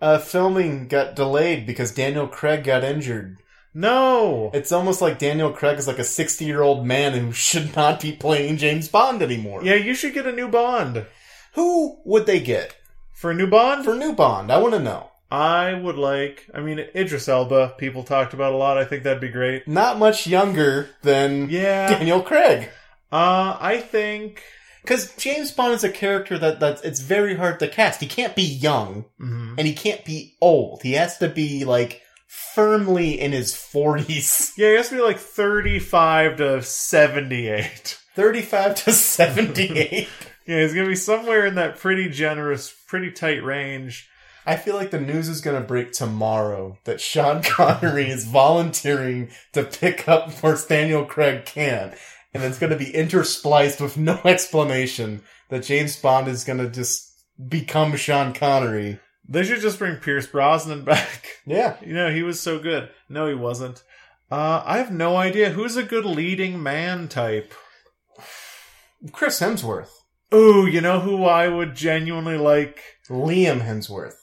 Speaker 3: Uh, filming got delayed because Daniel Craig got injured.
Speaker 1: No.
Speaker 3: It's almost like Daniel Craig is like a 60 year old man who should not be playing James Bond anymore.
Speaker 1: Yeah, you should get a new Bond.
Speaker 3: Who would they get
Speaker 1: For a new Bond,
Speaker 3: for new Bond? I want to know.
Speaker 1: I would like. I mean, Idris Elba. People talked about a lot. I think that'd be great.
Speaker 3: Not much younger than
Speaker 1: Yeah.
Speaker 3: Daniel Craig.
Speaker 1: Uh, I think.
Speaker 3: Because James Bond is a character that that's it's very hard to cast. He can't be young
Speaker 1: mhm.
Speaker 3: and he can't be old. He has to be like firmly in his forties,
Speaker 1: Yeah, it has to be like thirty-five to seventy-eight.
Speaker 3: thirty-five to seventy-eight.
Speaker 1: Yeah, he's gonna be somewhere in that pretty generous, pretty tight range.
Speaker 3: I feel like the news is going to break tomorrow that Sean Connery is volunteering to pick up where Daniel Craig can. And it's going to be interspliced with no explanation that James Bond is going to just become Sean Connery.
Speaker 1: They should just bring Pierce Brosnan back.
Speaker 3: Yeah.
Speaker 1: You know, he was so good. No, he wasn't. Uh, I have no idea who's a good leading man type.
Speaker 3: Chris Hemsworth.
Speaker 1: Ooh, you know who I would genuinely like.
Speaker 3: Liam Hemsworth.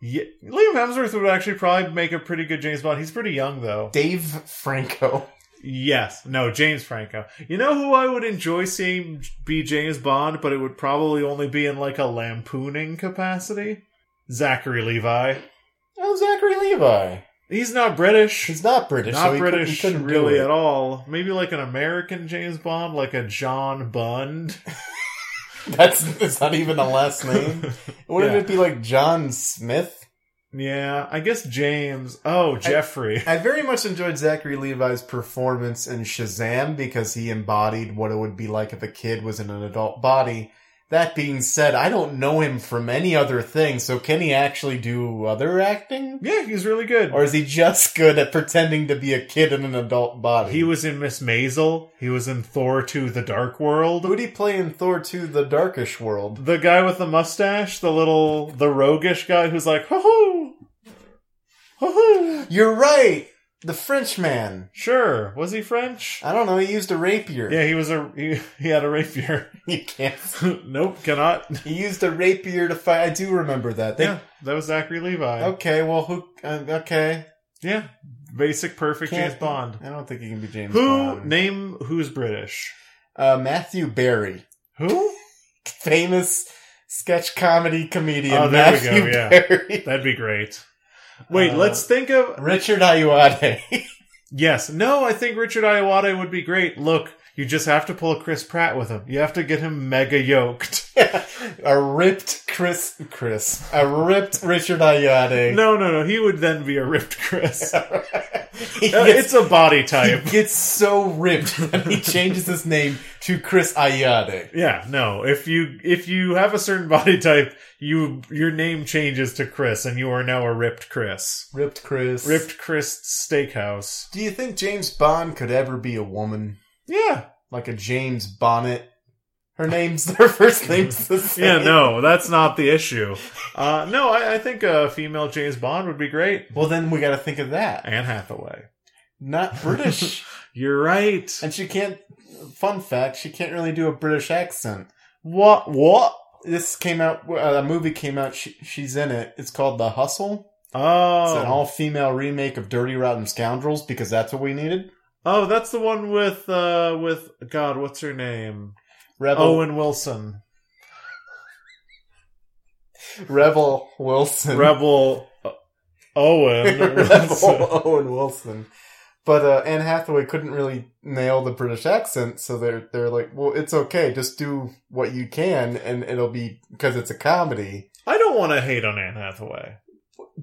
Speaker 1: Yeah, Liam Hemsworth would actually probably make a pretty good James Bond. He's pretty young though.
Speaker 3: Dave Franco.
Speaker 1: Yes, no, James Franco. You know who I would enjoy seeing be James Bond, but it would probably only be in like a lampooning capacity. Zachary Levi.
Speaker 3: Oh, Zachary Levi.
Speaker 1: He's not British.
Speaker 3: He's not British.
Speaker 1: not
Speaker 3: so he couldn't-
Speaker 1: British
Speaker 3: he couldn't do
Speaker 1: really
Speaker 3: it.
Speaker 1: at all. Maybe like an American James Bond, like a John Bund.
Speaker 3: That's, that's not even a last name. Wouldn't
Speaker 1: Yeah.
Speaker 3: it be like John Smith?
Speaker 1: yeah, I guess James. Oh, Jeffrey.
Speaker 3: I very much enjoyed Zachary Levi's performance in Shazam because he embodied what it would be like if a kid was in an adult body. That being said, I don't know him from any other thing, so can he actually do other acting?
Speaker 1: yeah, he's really good.
Speaker 3: Or is he just good at pretending to be a kid in an adult body?
Speaker 1: he was in Miss Maisel. He was in Thor 2 The Dark World.
Speaker 3: Who'd he play in Thor 2 The Darkish World?
Speaker 1: The guy with the mustache, the little, the roguish guy who's like, ho ho! Ho ho!
Speaker 3: You're right! The Frenchman.
Speaker 1: Sure. Was he French?
Speaker 3: I don't know, he used a rapier.
Speaker 1: Yeah, he was a, he, he had a rapier.
Speaker 3: You can't.
Speaker 1: nope, cannot.
Speaker 3: He used a rapier to fight. I do remember that. They,
Speaker 1: yeah, that was Zachary Levi.
Speaker 3: Okay, well, who. Uh, okay.
Speaker 1: Yeah, basic, perfect
Speaker 3: Can't-
Speaker 1: James Bond.
Speaker 3: I don't think he can be James
Speaker 1: Who
Speaker 3: Bond.
Speaker 1: name who's British?
Speaker 3: uh, Matthew Barry,
Speaker 1: Who?
Speaker 3: famous sketch comedy comedian.
Speaker 1: Oh, there we
Speaker 3: Matthew
Speaker 1: go, yeah.
Speaker 3: Barry.
Speaker 1: That'd be great. Wait,
Speaker 3: Uh,
Speaker 1: let's think of
Speaker 3: Richard Ayoade.
Speaker 1: yes. No, I think Richard Iowade would be great. Look, you just have to pull a Chris Pratt with him. You have to get him mega yoked.
Speaker 3: a ripped Chris. Chris. A ripped Richard Ayoade.
Speaker 1: No, no, no. He would then be a ripped Chris. Uh,
Speaker 3: he,
Speaker 1: it's
Speaker 3: gets,
Speaker 1: a body
Speaker 3: he
Speaker 1: type.
Speaker 3: gets so ripped that he changes his name to Chris Ayoade.
Speaker 1: Yeah, no. If you if you have a certain body type, you your name changes to Chris, and you are now a ripped Chris.
Speaker 3: Ripped Chris.
Speaker 1: Ripped Chris Steakhouse.
Speaker 3: Do you think James Bond could ever be a woman?
Speaker 1: Yeah,
Speaker 3: Like a James Bonnet? Her name's, her first name's the same.
Speaker 1: Yeah, no, that's not the issue. Uh, no, I, I think a female James Bond would be great.
Speaker 3: Well, then we got to think of that.
Speaker 1: Anne Hathaway.
Speaker 3: Not British.
Speaker 1: You're right.
Speaker 3: and she can't, fun fact, she can't really do a British accent.
Speaker 1: What? What?
Speaker 3: This came out, uh, a movie came out, she, she's in it. It's called The Hustle. It's an
Speaker 1: Oh,
Speaker 3: all female remake of Dirty Rotten Scoundrels because that's what we needed.
Speaker 1: oh, that's the one with uh, with God. What's her name?
Speaker 3: Rebel,
Speaker 1: Owen Wilson,
Speaker 3: Rebel Wilson.
Speaker 1: Rebel uh, Owen. Wilson.
Speaker 3: Rebel Owen Wilson. But uh, Anne Hathaway couldn't really nail the British accent, so they're they're like, well, it's okay, just do what you can, and it'll be because it's a comedy.
Speaker 1: I don't want to hate on Anne Hathaway.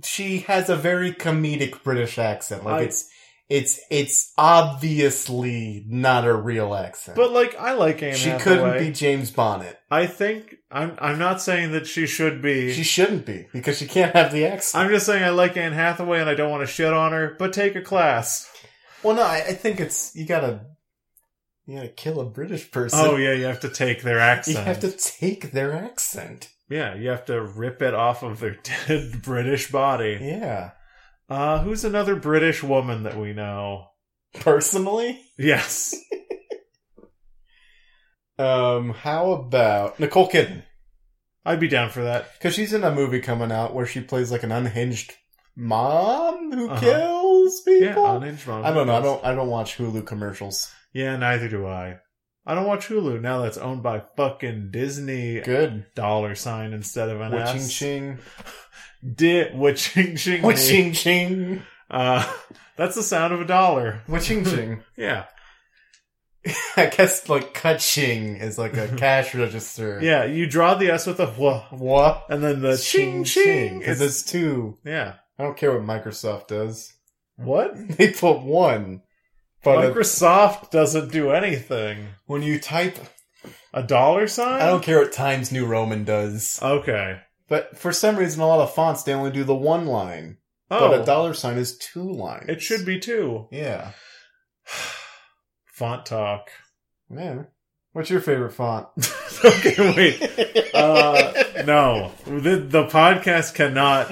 Speaker 3: she has a very comedic British accent. Like
Speaker 1: I-
Speaker 3: it's it's it's obviously not a real accent.
Speaker 1: But like, I like Anne.
Speaker 3: she
Speaker 1: Hathaway.
Speaker 3: couldn't be James Bonnet.
Speaker 1: I think I'm. I'm not saying that she should be.
Speaker 3: She shouldn't be because she can't have the accent.
Speaker 1: I'm just saying I like Anne Hathaway and I don't want to shit on her. But take a class.
Speaker 3: well, no, I, I think it's you gotta you gotta kill a British person.
Speaker 1: Oh yeah, you have to take their accent.
Speaker 3: you have to take their accent.
Speaker 1: yeah, you have to rip it off of their dead British body.
Speaker 3: Yeah,
Speaker 1: Uh, who's another British woman that we know?
Speaker 3: personally,
Speaker 1: Yes,
Speaker 3: Um, how about Nicole Kidman?
Speaker 1: I'd be down for that.
Speaker 3: Because she's in a movie coming out where she plays like an unhinged mom who
Speaker 1: Uh-huh.
Speaker 3: kills
Speaker 1: Yeah,
Speaker 3: people.
Speaker 1: unhinged mom.
Speaker 3: I don't know. I don't. I don't watch Hulu commercials.
Speaker 1: Yeah, neither do I. I don't watch Hulu now. That's owned by fucking Disney.
Speaker 3: Good.
Speaker 1: Dollar sign instead of an
Speaker 3: Witching
Speaker 1: S.
Speaker 3: ching.
Speaker 1: Di- witching ching. me.
Speaker 3: Witching ching.
Speaker 1: Uh, that's the sound of a dollar.
Speaker 3: Witching ching.
Speaker 1: Yeah,
Speaker 3: I guess like kaching is like a cash register.
Speaker 1: yeah. You draw the S with a wha,
Speaker 3: What?
Speaker 1: and then the
Speaker 3: Ching ching. Because
Speaker 1: It's,
Speaker 3: it's two.
Speaker 1: yeah.
Speaker 3: I don't care what Microsoft does.
Speaker 1: What?
Speaker 3: They put one. But it-
Speaker 1: Microsoft doesn't do anything.
Speaker 3: when you type,
Speaker 1: A dollar sign?
Speaker 3: I don't care what Times New Roman does.
Speaker 1: Okay.
Speaker 3: But for some reason, a lot of fonts they only do the one line, but a
Speaker 1: Oh,
Speaker 3: dollar sign is two lines.
Speaker 1: it should be two.
Speaker 3: Yeah,
Speaker 1: Font talk.
Speaker 3: man. What's your favorite font?
Speaker 1: okay, wait. Uh, no, the, the podcast cannot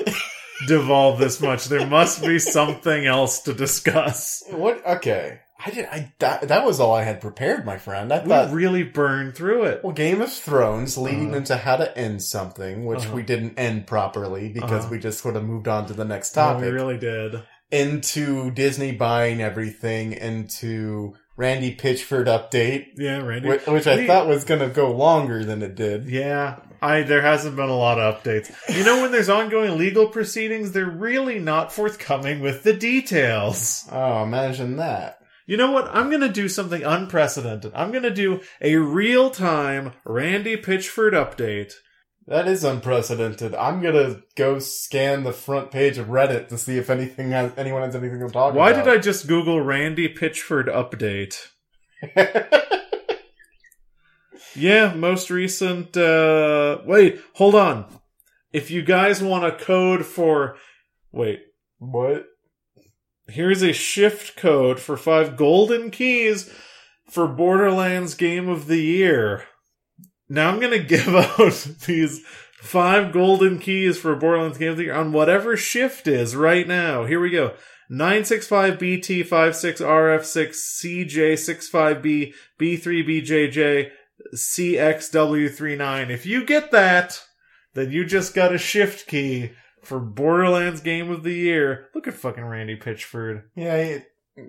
Speaker 1: devolve this much. There must be something else to discuss.
Speaker 3: what? Okay, I did. I that, that was all I had prepared, my friend. I
Speaker 1: We
Speaker 3: thought.
Speaker 1: really burned through it.
Speaker 3: well, Game of Thrones leading
Speaker 1: Uh-huh.
Speaker 3: into how to end something, which
Speaker 1: Uh-huh.
Speaker 3: we didn't end properly because
Speaker 1: Uh-huh.
Speaker 3: we just sort of moved on to the next
Speaker 1: No,
Speaker 3: topic.
Speaker 1: we really did.
Speaker 3: into Disney buying everything, into Randy Pitchford update,
Speaker 1: Yeah, Randy.
Speaker 3: which, which I
Speaker 1: We-
Speaker 3: thought was going to go longer than it did.
Speaker 1: Yeah, I there hasn't been a lot of updates. You know, when there's ongoing legal proceedings, they're really not forthcoming with the details.
Speaker 3: Oh, imagine that.
Speaker 1: You know what? I'm going to do something unprecedented. I'm going to do a real time Randy Pitchford update.
Speaker 3: That is unprecedented. I'm gonna go scan the front page of Reddit to see if anything has, anyone has anything to talk
Speaker 1: Why
Speaker 3: about.
Speaker 1: did I just Google Randy Pitchford update?
Speaker 3: I?
Speaker 1: Yeah, most recent. Uh, wait, hold on. If you guys want a code for. Wait,
Speaker 3: what?
Speaker 1: here's a shift code for five golden keys for Borderlands Game of the Year. Now I'm going to give out these five golden keys for Borderlands Game of the Year on whatever shift is right now. Here we go. 965BT56RF6CJ65B B3BJJ CXW39. If you get that, then you just got a shift key for Borderlands Game of the Year. Look at fucking Randy Pitchford.
Speaker 3: Yeah, he,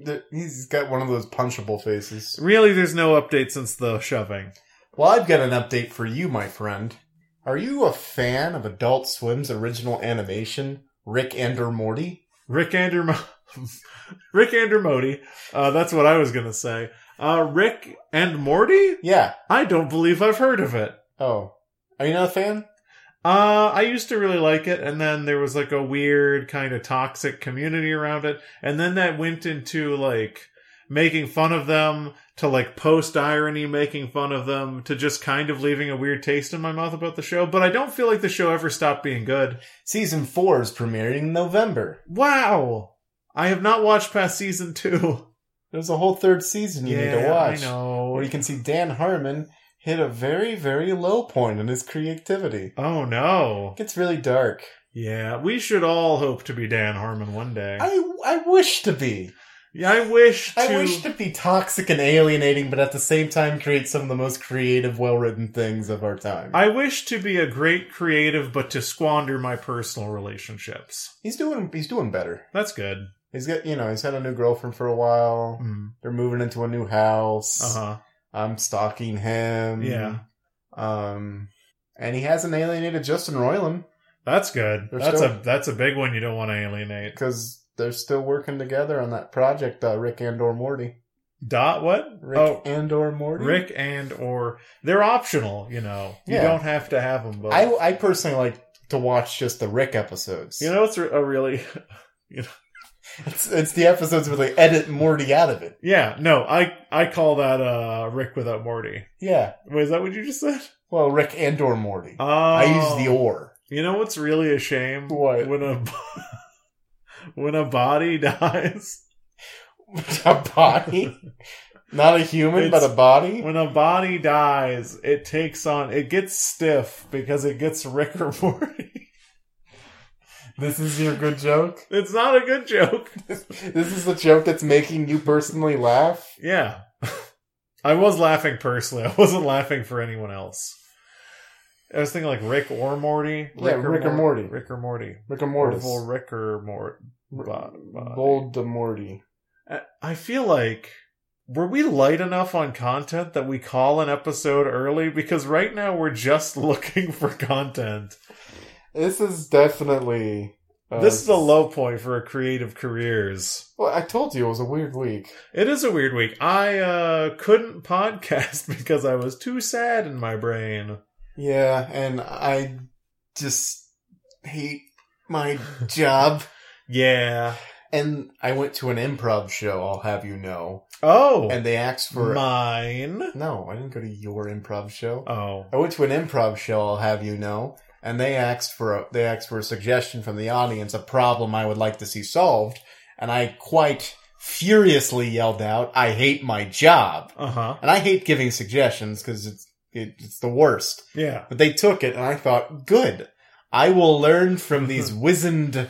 Speaker 3: th- he's got one of those punchable faces.
Speaker 1: Really, there's no update since the shoving.
Speaker 3: Well, I've got an update for you, my friend. Are you a fan of Adult Swim's original animation, Rick and or Morty?
Speaker 1: Rick Andermo- Rick Andermody. Uh, that's what I was gonna say. Uh, Rick and Morty?
Speaker 3: Yeah.
Speaker 1: I don't believe I've heard of it.
Speaker 3: Oh, are you not a fan?
Speaker 1: Uh, I used to really like it, and then there was like a weird kind of toxic community around it, and then that went into like making fun of them to like post irony making fun of them to just kind of leaving a weird taste in my mouth about the show but i don't feel like the show ever stopped being good
Speaker 3: Season four is premiering in November.
Speaker 1: wow i have not watched past season two
Speaker 3: There's a whole third season you need to watch.
Speaker 1: i know
Speaker 3: where you can see Dan Harmon hit a very, very low point in his creativity.
Speaker 1: oh no
Speaker 3: It gets really dark.
Speaker 1: yeah we should all hope to be dan harmon one day
Speaker 3: I I wish to be.
Speaker 1: yeah i wish to
Speaker 3: I wish to be toxic and alienating, but at the same time create some of the most creative, well written things of our time.
Speaker 1: I wish to be a great creative, but to squander my personal relationships.
Speaker 3: he's doing he's doing better.
Speaker 1: That's good.
Speaker 3: He's got you know he's had a new girlfriend for a while.
Speaker 1: Mm.
Speaker 3: They're moving into a new house.
Speaker 1: Uh huh.
Speaker 3: I'm stalking him.
Speaker 1: Yeah.
Speaker 3: Um, and he hasn't alienated Justin Roiland
Speaker 1: That's good.
Speaker 3: They're
Speaker 1: that's
Speaker 3: still-
Speaker 1: a that's a big one you don't want to alienate.
Speaker 3: because they're still working together on that project. Uh, Rick and or Morty.
Speaker 1: Dot what?
Speaker 3: Rick
Speaker 1: oh,
Speaker 3: and or Morty.
Speaker 1: Rick and or they're optional. You know, you
Speaker 3: Yeah.
Speaker 1: don't have to have them. But
Speaker 3: I I personally like to watch just the Rick episodes.
Speaker 1: you know, it's a really
Speaker 3: it's, it's the episodes where they edit Morty out of it.
Speaker 1: yeah. No, I I call that uh Rick without Morty.
Speaker 3: Yeah.
Speaker 1: Wait, is that what you just said?
Speaker 3: Well, Rick and or Morty.
Speaker 1: Oh,
Speaker 3: I use the or.
Speaker 1: You know what's really a shame?
Speaker 3: What?
Speaker 1: when a when a body dies.
Speaker 3: a body, not a human, but a body.
Speaker 1: When a body dies, it takes on it gets stiff because it gets Rick or Morty.
Speaker 3: This is your good joke.
Speaker 1: It's not a good joke.
Speaker 3: This is a joke that's making you personally laugh.
Speaker 1: Yeah. I was laughing personally. I wasn't laughing for anyone else. I was thinking like Rick or Morty.
Speaker 3: Yeah, Rick or Morty.
Speaker 1: Rick or Morty.
Speaker 3: Rick and
Speaker 1: Or
Speaker 3: Mortis.
Speaker 1: Rick or Morty. Bo- Bo-
Speaker 3: Bold de Morty.
Speaker 1: I- I feel like were we light enough on content that we call an episode early because right now we're just looking for content.
Speaker 3: This is definitely. uh,
Speaker 1: this is a low point for our creative careers.
Speaker 3: Well, I told you it was a weird week.
Speaker 1: It is a weird week. I uh couldn't podcast because I was too sad in my brain.
Speaker 3: Yeah, and I just hate my job.
Speaker 1: Yeah.
Speaker 3: And I went to an improv show, I'll have you know.
Speaker 1: Oh.
Speaker 3: And they asked for.
Speaker 1: mine.
Speaker 3: no, I didn't go to your improv show.
Speaker 1: Oh.
Speaker 3: I went to an improv show, I'll have you know, and they asked for a, they asked for a suggestion from the audience, a problem I would like to see solved, and I quite furiously yelled out, "I hate my job,"
Speaker 1: Uh-huh.
Speaker 3: and I hate giving suggestions because it's it, it's the worst.
Speaker 1: Yeah.
Speaker 3: But they took it, and I thought, "Good, I will learn from these wizened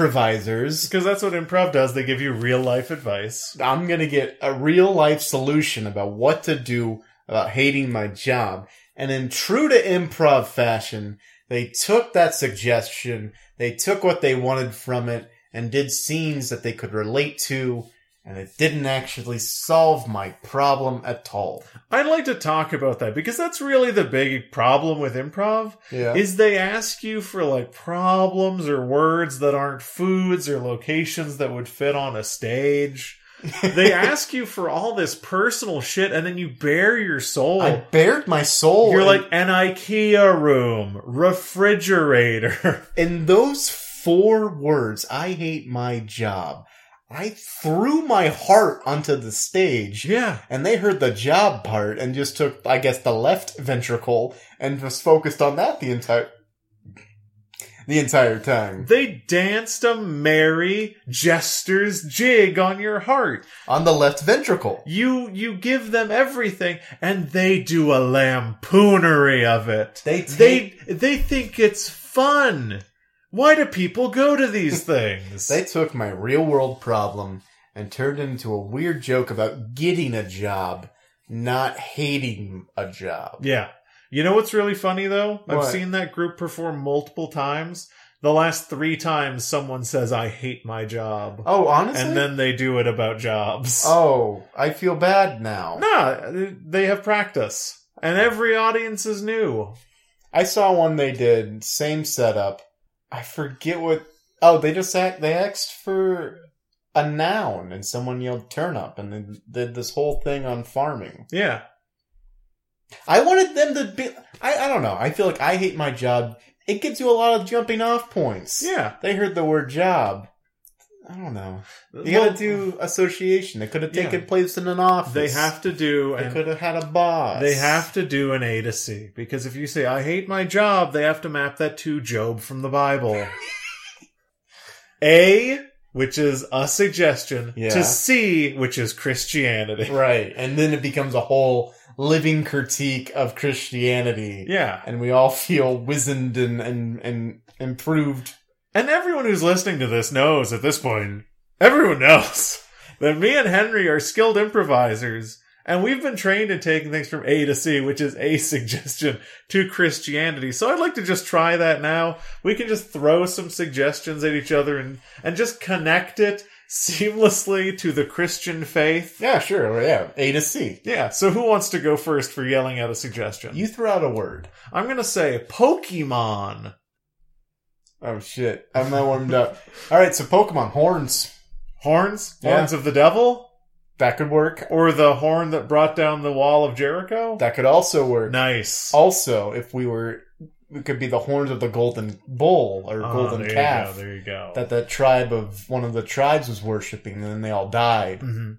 Speaker 3: improvisers."
Speaker 1: Because that's what improv does. They give you real life advice.
Speaker 3: I'm gonna get a real life solution about what to do about hating my job. And in true to improv fashion, they took that suggestion, they took what they wanted from it, and did scenes that they could relate to, and it didn't actually solve my problem at all.
Speaker 1: I'd like to talk about that because that's really the big problem with improv
Speaker 3: Yeah.
Speaker 1: is they ask you for like problems or words that aren't foods or locations that would fit on a stage. they ask you for all this personal shit and then you bare your soul.
Speaker 3: I bared my soul.
Speaker 1: Oh. You're
Speaker 3: in-
Speaker 1: like an IKEA room, refrigerator.
Speaker 3: in those four words, I hate my job. I threw my heart onto the stage.
Speaker 1: yeah.
Speaker 3: And they heard the job part and just took, I guess, the left ventricle and just focused on that the entire the entire time.
Speaker 1: They danced a merry jester's jig on your heart.
Speaker 3: On the left ventricle.
Speaker 1: You you give them everything, and they do a lampoonery of it.
Speaker 3: They
Speaker 1: They they think it's fun. Why do people go to these things?
Speaker 3: they took my real world problem and turned it into a weird joke about getting a job, not hating a job.
Speaker 1: yeah. You know what's really funny though? I've
Speaker 3: What?
Speaker 1: seen that group perform multiple times. The last three times, someone says, "I hate my job,"
Speaker 3: Oh, honestly?
Speaker 1: and then they do it about jobs.
Speaker 3: Oh, I feel bad now.
Speaker 1: Nah, they have practice. And every audience is new.
Speaker 3: I saw one they did, same setup. I forget what. Oh, they just act, they asked for a noun, and someone yelled turnip, and they did this whole thing on farming.
Speaker 1: Yeah.
Speaker 3: I wanted them to be. I, I don't know. I feel like I hate my job. It gives you a lot of jumping off points.
Speaker 1: Yeah.
Speaker 3: They heard the word job. I don't know. You
Speaker 1: Well,
Speaker 3: gotta do association. They could have
Speaker 1: Yeah.
Speaker 3: taken place in an office.
Speaker 1: They have to do
Speaker 3: They
Speaker 1: and
Speaker 3: could have had a boss.
Speaker 1: they have to do an A to C because if you say I hate my job, they have to map that to Job from the Bible. a, which is a suggestion,
Speaker 3: Yeah.
Speaker 1: to C, which is Christianity.
Speaker 3: Right. And then it becomes a whole living critique of Christianity.
Speaker 1: Yeah.
Speaker 3: And we all feel wizened and, and, and improved.
Speaker 1: And everyone who's listening to this knows at this point, everyone knows that me and Henry are skilled improvisers, and we've been trained in taking things from A to C, which is a suggestion to Christianity. So I'd like to just try that now. We can just throw some suggestions at each other and, and just connect it seamlessly to the Christian faith.
Speaker 3: Yeah, sure. Yeah. A to C.
Speaker 1: Yeah, so who wants to go first for yelling out a suggestion?
Speaker 3: You threw out a word.
Speaker 1: I'm gonna say Pokemon.
Speaker 3: Oh, shit. I'm not warmed up. All right. So Pokemon horns.
Speaker 1: Horns?
Speaker 3: Yeah.
Speaker 1: Horns of the devil?
Speaker 3: That could work.
Speaker 1: Or the horn that brought down the wall of Jericho?
Speaker 3: That could also work.
Speaker 1: nice.
Speaker 3: Also, if we were, it could be the horns of the golden bull or
Speaker 1: Ah,
Speaker 3: golden
Speaker 1: there
Speaker 3: calf
Speaker 1: You go, there you go.
Speaker 3: that the tribe of one of the tribes was worshiping and then they all died.
Speaker 1: Mhm.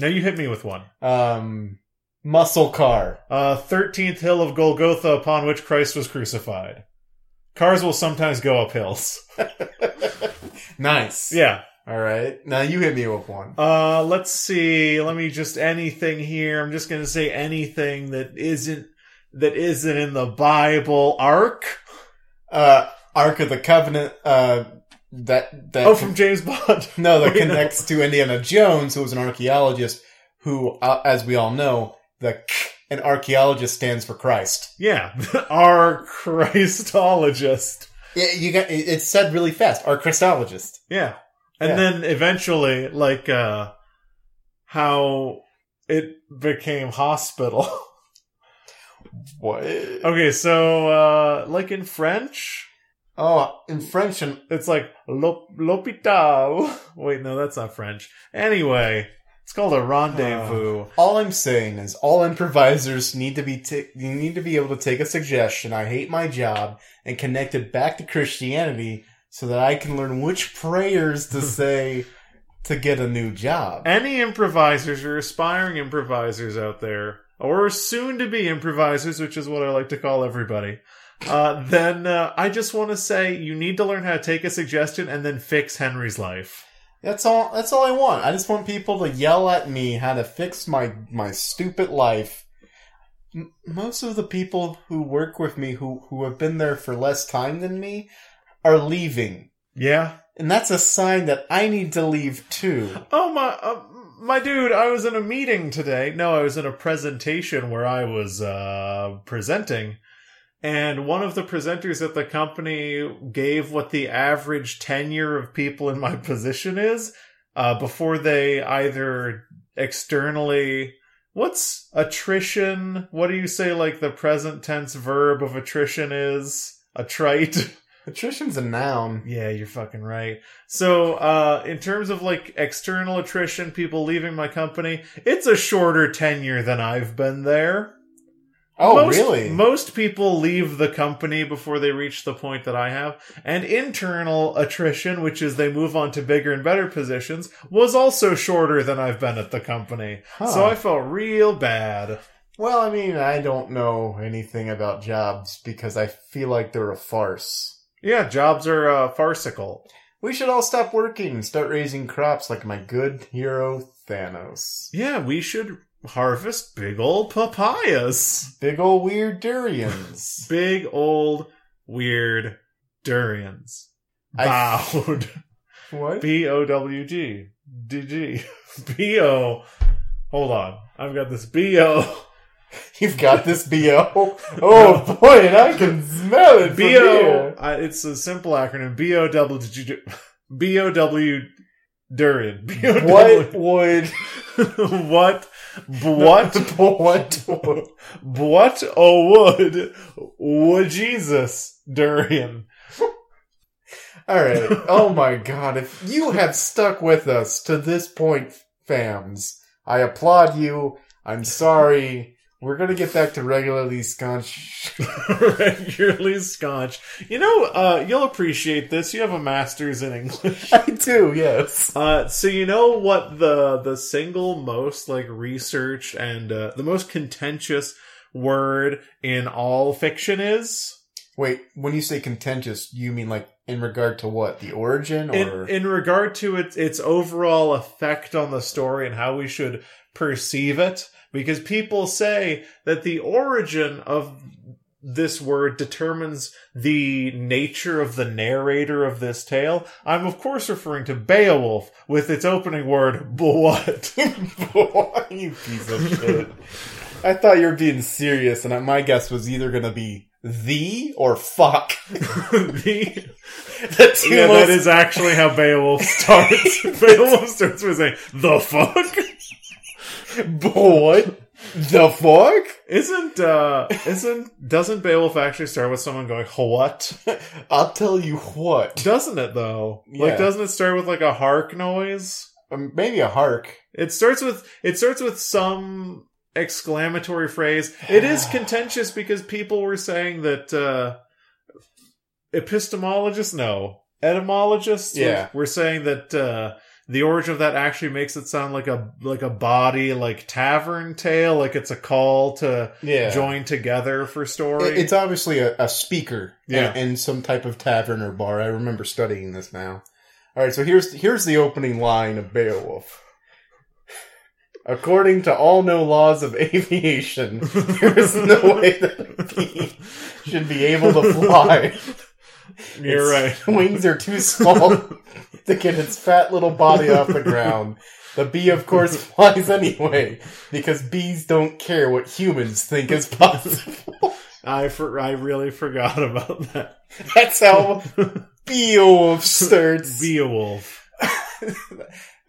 Speaker 1: Now you hit me with one.
Speaker 3: Um, muscle car.
Speaker 1: Uh, 13th hill of Golgotha upon which Christ was crucified. Cars will sometimes go up hills.
Speaker 3: Nice.
Speaker 1: Yeah.
Speaker 3: All right. Now you hit me with one.
Speaker 1: Uh, let's see. Let me just anything here. I'm just going to say anything that isn't that isn't in the Bible. Ark?
Speaker 3: Uh, Ark of the Covenant. Uh, that that.
Speaker 1: Oh, from James Bond.
Speaker 3: no, that
Speaker 1: Wait, no.
Speaker 3: connects to Indiana Jones, who was an archaeologist who, uh, as we all know, The an archaeologist stands for Christ.
Speaker 1: Yeah, our Christologist.
Speaker 3: Yeah, you got it- it's said really fast. Our Christologist.
Speaker 1: Yeah. And
Speaker 3: Yeah.
Speaker 1: then eventually, like, uh, how it became hospital.
Speaker 3: What?
Speaker 1: okay, so, uh, like in French,
Speaker 3: Oh, in French and
Speaker 1: it's like l'hop- l'hôpital. Wait, no, that's not French. Anyway, it's called a rendezvous.
Speaker 3: all I'm saying is all improvisers need to be ta- you need to be able to take a suggestion. I hate my job and connect it back to Christianity so that I can learn which prayers to say to get a new job.
Speaker 1: Any improvisers or aspiring improvisers out there, or soon to be improvisers, which is what I like to call everybody, uh, then uh, I just want to say you need to learn how to take a suggestion and then fix Henry's life.
Speaker 3: That's all. That's all I want. I just want people to yell at me how to fix my my stupid life. M- most of the people who work with me, who who have been there for less time than me, are leaving,
Speaker 1: Yeah.
Speaker 3: and that's a sign that I need to leave too.
Speaker 1: Oh my, uh, my dude! I was in a meeting today. No, I was in a presentation where I was uh, presenting, and one of the presenters at the company gave what the average tenure of people in my position is uh, before they either externally. What's attrition? What do you say? Like the present tense verb of attrition is attrite.
Speaker 3: Attrition's a noun.
Speaker 1: Yeah, you're fucking right. So, uh, in terms of like external attrition, people leaving my company, it's a shorter tenure than I've been there.
Speaker 3: Oh,
Speaker 1: most,
Speaker 3: really?
Speaker 1: Most people leave the company before they reach the point that I have. And internal attrition, which is they move on to bigger and better positions, was also shorter than I've been at the company.
Speaker 3: Huh.
Speaker 1: So I felt real bad.
Speaker 3: well, I mean, I don't know anything about jobs because I feel like they're a farce.
Speaker 1: Yeah, jobs are uh, farcical.
Speaker 3: We should all stop working and start raising crops like my good hero Thanos.
Speaker 1: Yeah, we should harvest big old papayas.
Speaker 3: Big ol' weird durians.
Speaker 1: big old weird durians.
Speaker 3: I-
Speaker 1: Bowed.
Speaker 3: what?
Speaker 1: B O W G D G B O. Hold on, I've got this B O
Speaker 3: You've got this BO. Oh boy, and I can smell it. from
Speaker 1: B O.
Speaker 3: here.
Speaker 1: I- It's a simple acronym. B O W G B O W durian. B O
Speaker 3: What
Speaker 1: W.
Speaker 3: would
Speaker 1: What? What?
Speaker 3: what would-
Speaker 1: What? Oh, would would Jesus durian?
Speaker 3: All right. Oh my god, if you have stuck with us to this point, fams, I applaud you. I'm sorry. We're gonna get back to regularly scotch.
Speaker 1: regularly scotch. You know, uh, you'll appreciate this. You have a master's in English.
Speaker 3: I do. Yes.
Speaker 1: Uh, so you know what the the single most like research and uh, the most contentious word in all fiction is
Speaker 3: Wait. When you say contentious, you mean like in regard to what? The origin or
Speaker 1: in, in regard to its its overall effect on the story and how we should perceive it because people say that the origin of this word determines the nature of the narrator of this tale. I'm of course referring to Beowulf with its opening word what.
Speaker 3: Boy, you piece of shit. I thought you were being serious, and my guess was either going to be the or fuck.
Speaker 1: the,
Speaker 3: The two
Speaker 1: yeah,
Speaker 3: most-
Speaker 1: that is actually how Beowulf starts. Beowulf starts with saying the fuck.
Speaker 3: boy. The fuck?
Speaker 1: Isn't uh isn't doesn't Beowulf actually start with someone going what?
Speaker 3: I'll tell you what.
Speaker 1: Doesn't it though? Like
Speaker 3: Yeah.
Speaker 1: doesn't it start with like a hark noise?
Speaker 3: Um, Maybe a hark.
Speaker 1: It starts with it starts with some exclamatory phrase. It is contentious because people were saying that uh epistemologists no, etymologists were-
Speaker 3: Yeah.
Speaker 1: were, saying that uh the origin of that actually makes it sound like a like a body like tavern tale, like it's a call to
Speaker 3: Yeah.
Speaker 1: join together for
Speaker 3: I-
Speaker 1: story.
Speaker 3: It's obviously a, a speaker
Speaker 1: Yeah.
Speaker 3: in, in some type of tavern or bar. I remember studying this now. All right, so here's here's the opening line of Beowulf. According to all no laws of aviation, there is no way that a bee should be able to fly.
Speaker 1: You're right.
Speaker 3: Its Wings are too small to get its fat little body off the ground, The bee, of course, flies anyway because bees don't care what humans think is possible.
Speaker 1: I for, I really forgot about that.
Speaker 3: That's how Beowulf starts.
Speaker 1: Beowulf.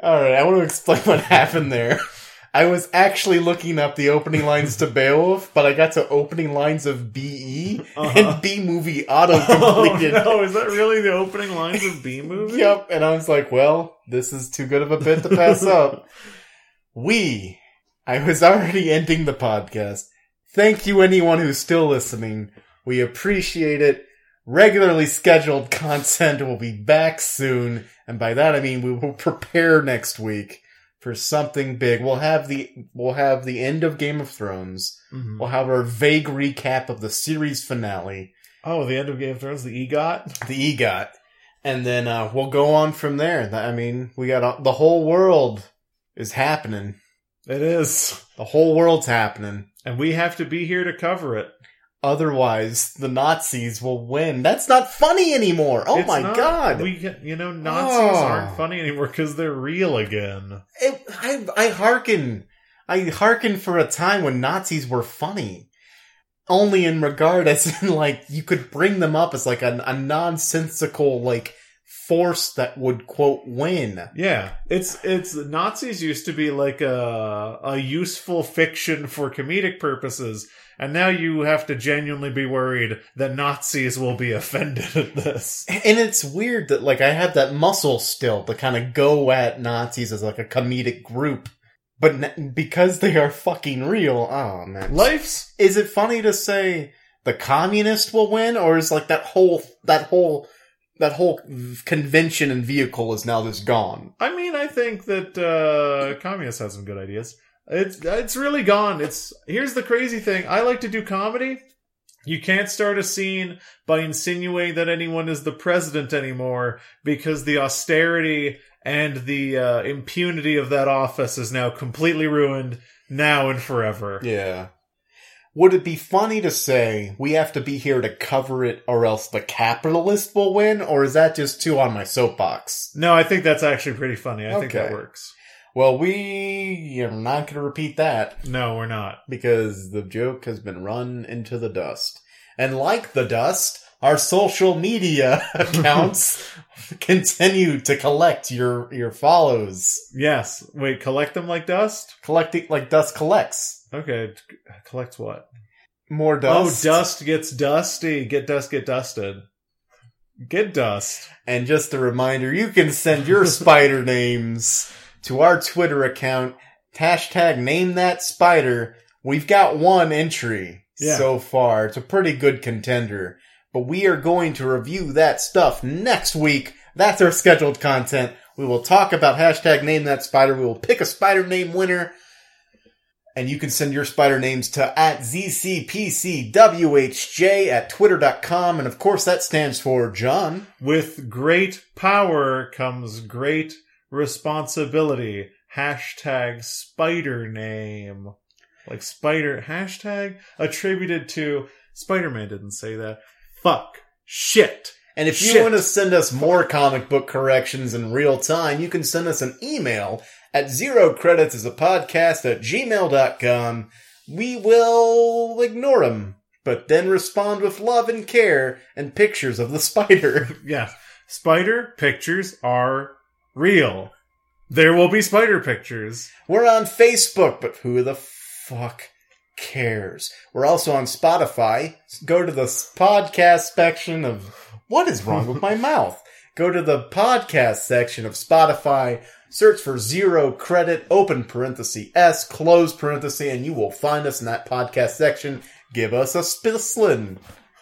Speaker 3: All right, I want to explain what happened there. I was actually looking up the opening lines to Beowulf, but I got to opening lines of BE
Speaker 1: Uh-huh.
Speaker 3: and B movie auto completed.
Speaker 1: Oh, no, is that really the opening lines of B movie?
Speaker 3: Yep, and I was like, well, this is too good of a bit to pass up. We, I was already ending the podcast. Thank you, anyone who's still listening. We appreciate it. Regularly scheduled content will be back soon, and by that I mean we will prepare next week for something big. We'll have the we'll have the end of Game of Thrones.
Speaker 1: Mhm.
Speaker 3: We'll have our vague recap of the series finale
Speaker 1: Oh, the end of Game of Thrones, the EGOT.
Speaker 3: the EGOT, and then uh, we'll go on from there. Th- I mean, we got a- the whole world is happening.
Speaker 1: It is,
Speaker 3: The whole world's happening.
Speaker 1: and we have to be here to cover it.
Speaker 3: Otherwise, the Nazis will win. That's not funny anymore. Oh
Speaker 1: It's
Speaker 3: my
Speaker 1: not-
Speaker 3: god!
Speaker 1: We get- you know Nazis
Speaker 3: Oh.
Speaker 1: aren't funny anymore because they're real again.
Speaker 3: It- I I hearken, I hearken for a time when Nazis were funny. Only in regard as in like you could bring them up as like a, a nonsensical like force that would quote win.
Speaker 1: Yeah, it's it's Nazis used to be like a a useful fiction for comedic purposes, and now you have to genuinely be worried that Nazis will be offended at this.
Speaker 3: And it's weird that like I have that muscle still to kind of go at Nazis as like a comedic group, but n- because they are fucking real, oh man,
Speaker 1: Life's
Speaker 3: is it funny to say the communist will win, or is like that whole that whole that whole convention and vehicle is now just gone?
Speaker 1: I mean, I think that uh, communists have some good ideas. It's it's really gone. It's here's the crazy thing. I like to do comedy. You can't start a scene by insinuating that anyone is the president anymore because the austerity and the uh, impunity of that office is now completely ruined now and forever.
Speaker 3: Yeah. Would it be funny to say we have to be here to cover it, or else the capitalist will win, or is that just too on my soapbox?
Speaker 1: No, I think that's actually pretty funny. I think that
Speaker 3: Okay.
Speaker 1: works.
Speaker 3: Well, we are not going to repeat that
Speaker 1: No, we're not.
Speaker 3: because the joke has been run into the dust. And like the dust, our social media accounts continue to collect your your follows,
Speaker 1: Yes. Wait, collect them like dust?
Speaker 3: collecting like dust collects
Speaker 1: Okay, c- collect what?
Speaker 3: more dust.
Speaker 1: Oh, dust gets dusty. Get dust, get dusted. Get dust.
Speaker 3: And just a reminder, you can send your spider names to our Twitter account hashtag name that spider. We've got one entry
Speaker 1: Yeah.
Speaker 3: so far. It's a pretty good contender, but we are going to review that stuff next week. That's our scheduled content. We will talk about hashtag name that spider. We will pick a spider name winner. And you can send your spider names to at ZCPCWHJ at twitter.com. And of course, that stands for John.
Speaker 1: With great power comes great responsibility. Hashtag spider name. Like spider hashtag attributed to Spider Man didn't say that. Fuck. Shit.
Speaker 3: And if you
Speaker 1: Shit.
Speaker 3: want to send us more comic book corrections in real time, you can send us an email at zero credits as a podcast at gmail.com. We will ignore them, but then respond with love and care and pictures of the spider.
Speaker 1: Yes. Spider pictures are real. There will be spider pictures.
Speaker 3: We're on Facebook, but who the fuck cares? We're also on Spotify. Go to the podcast section of What is wrong with my mouth? Go to the podcast section of Spotify, search for zero credit, open parenthesis S, close parenthesis, and you will find us in that podcast section. Give us a splislin.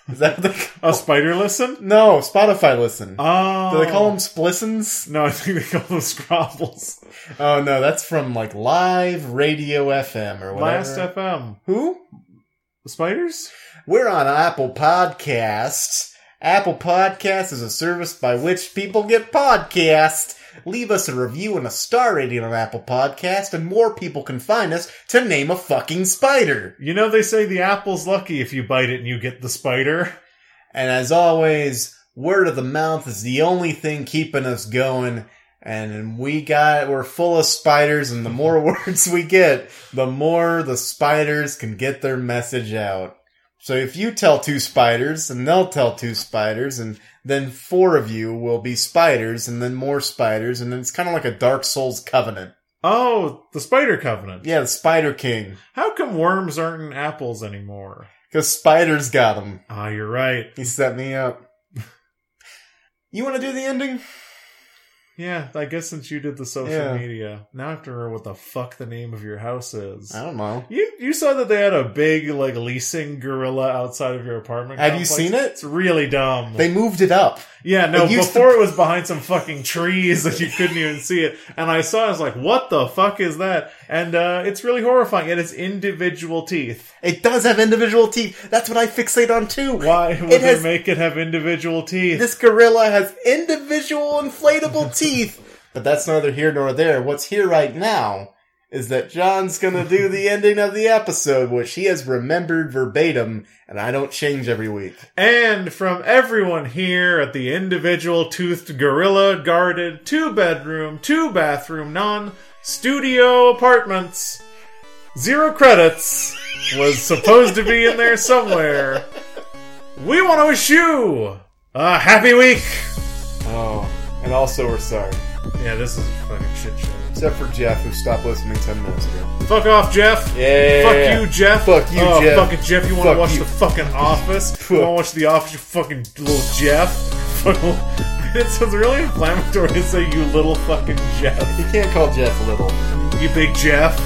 Speaker 3: Is that what they
Speaker 1: A spider listen?
Speaker 3: No, Spotify listen.
Speaker 1: Oh.
Speaker 3: Do they call them splissins?
Speaker 1: No, I think they call them scrabbles.
Speaker 3: Oh no, that's from like live radio FM or whatever.
Speaker 1: Last FM.
Speaker 3: Who?
Speaker 1: Spiders?
Speaker 3: We're on Apple Podcasts. Apple Podcasts is a service by which people get podcasts. Leave us a review and a star rating on Apple Podcast, and more people can find us to name a fucking spider.
Speaker 1: You know they say the apple's lucky if you bite it and you get the spider.
Speaker 3: And as always, word of the mouth is the only thing keeping us going. and we got we're full of spiders and the more words we get the more the spiders can get their message out so if you tell two spiders and they'll tell two spiders and then four of you will be spiders and then more spiders and then it's kind of like a dark souls covenant
Speaker 1: Oh, the Spider Covenant.
Speaker 3: yeah the spider king
Speaker 1: How come worms aren't in apples anymore?
Speaker 3: because spiders got him
Speaker 1: Ah, you're right.
Speaker 3: he set me up you want to do the ending
Speaker 1: Yeah, I guess since you did the social
Speaker 3: Yeah.
Speaker 1: media, now I have to remember what the fuck the name of your house is.
Speaker 3: i don't know
Speaker 1: You you saw that they had a big like leasing gorilla outside of your apartment.
Speaker 3: Have you
Speaker 1: complex?
Speaker 3: seen it?
Speaker 1: It's really dumb.
Speaker 3: they moved it up
Speaker 1: yeah, no.
Speaker 3: it used to-
Speaker 1: Before it was behind some fucking trees that you couldn't even see it, and I saw. it, I was like, "What the fuck is that?" And uh, it's really horrifying. And it's individual teeth.
Speaker 3: it does have individual teeth that's what i fixate on too
Speaker 1: Why would
Speaker 3: It
Speaker 1: they
Speaker 3: has-
Speaker 1: make it have individual teeth?
Speaker 3: This gorilla has individual inflatable teeth. But that's neither here nor there. What's here right now is that John's gonna do the ending of the episode, which he has remembered verbatim, and I don't change every week.
Speaker 1: And from everyone here at the individual toothed gorilla guarded two bedroom, two bathroom, non studio apartments, zero credits was supposed to be in there somewhere. We want to wish you a happy week!
Speaker 3: Oh, and also we're sorry,
Speaker 1: Yeah, this is a fucking shit show.
Speaker 3: except for Jeff, who stopped listening ten minutes ago.
Speaker 1: Fuck off, Jeff!
Speaker 3: Yeah.
Speaker 1: Fuck you, Jeff.
Speaker 3: Fuck you,
Speaker 1: oh,
Speaker 3: Jeff.
Speaker 1: Fucking Jeff, you want
Speaker 3: Fuck
Speaker 1: to watch
Speaker 3: you.
Speaker 1: the fucking Office? You want to watch the Office? You fucking little Jeff. Fucking- it sounds really inflammatory to say you little fucking Jeff.
Speaker 3: You can't call Jeff little.
Speaker 1: You big Jeff.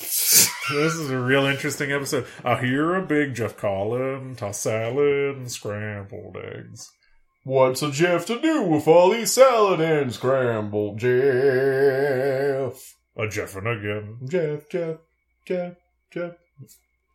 Speaker 1: This is a real interesting episode. I hear a big Jeff Collin, toss salad, and scrambled eggs.
Speaker 3: What's a Jeff to do with all these salad and scrambled Jeff?
Speaker 1: A Jeff and again.
Speaker 3: Jeff, Jeff, Jeff, Jeff.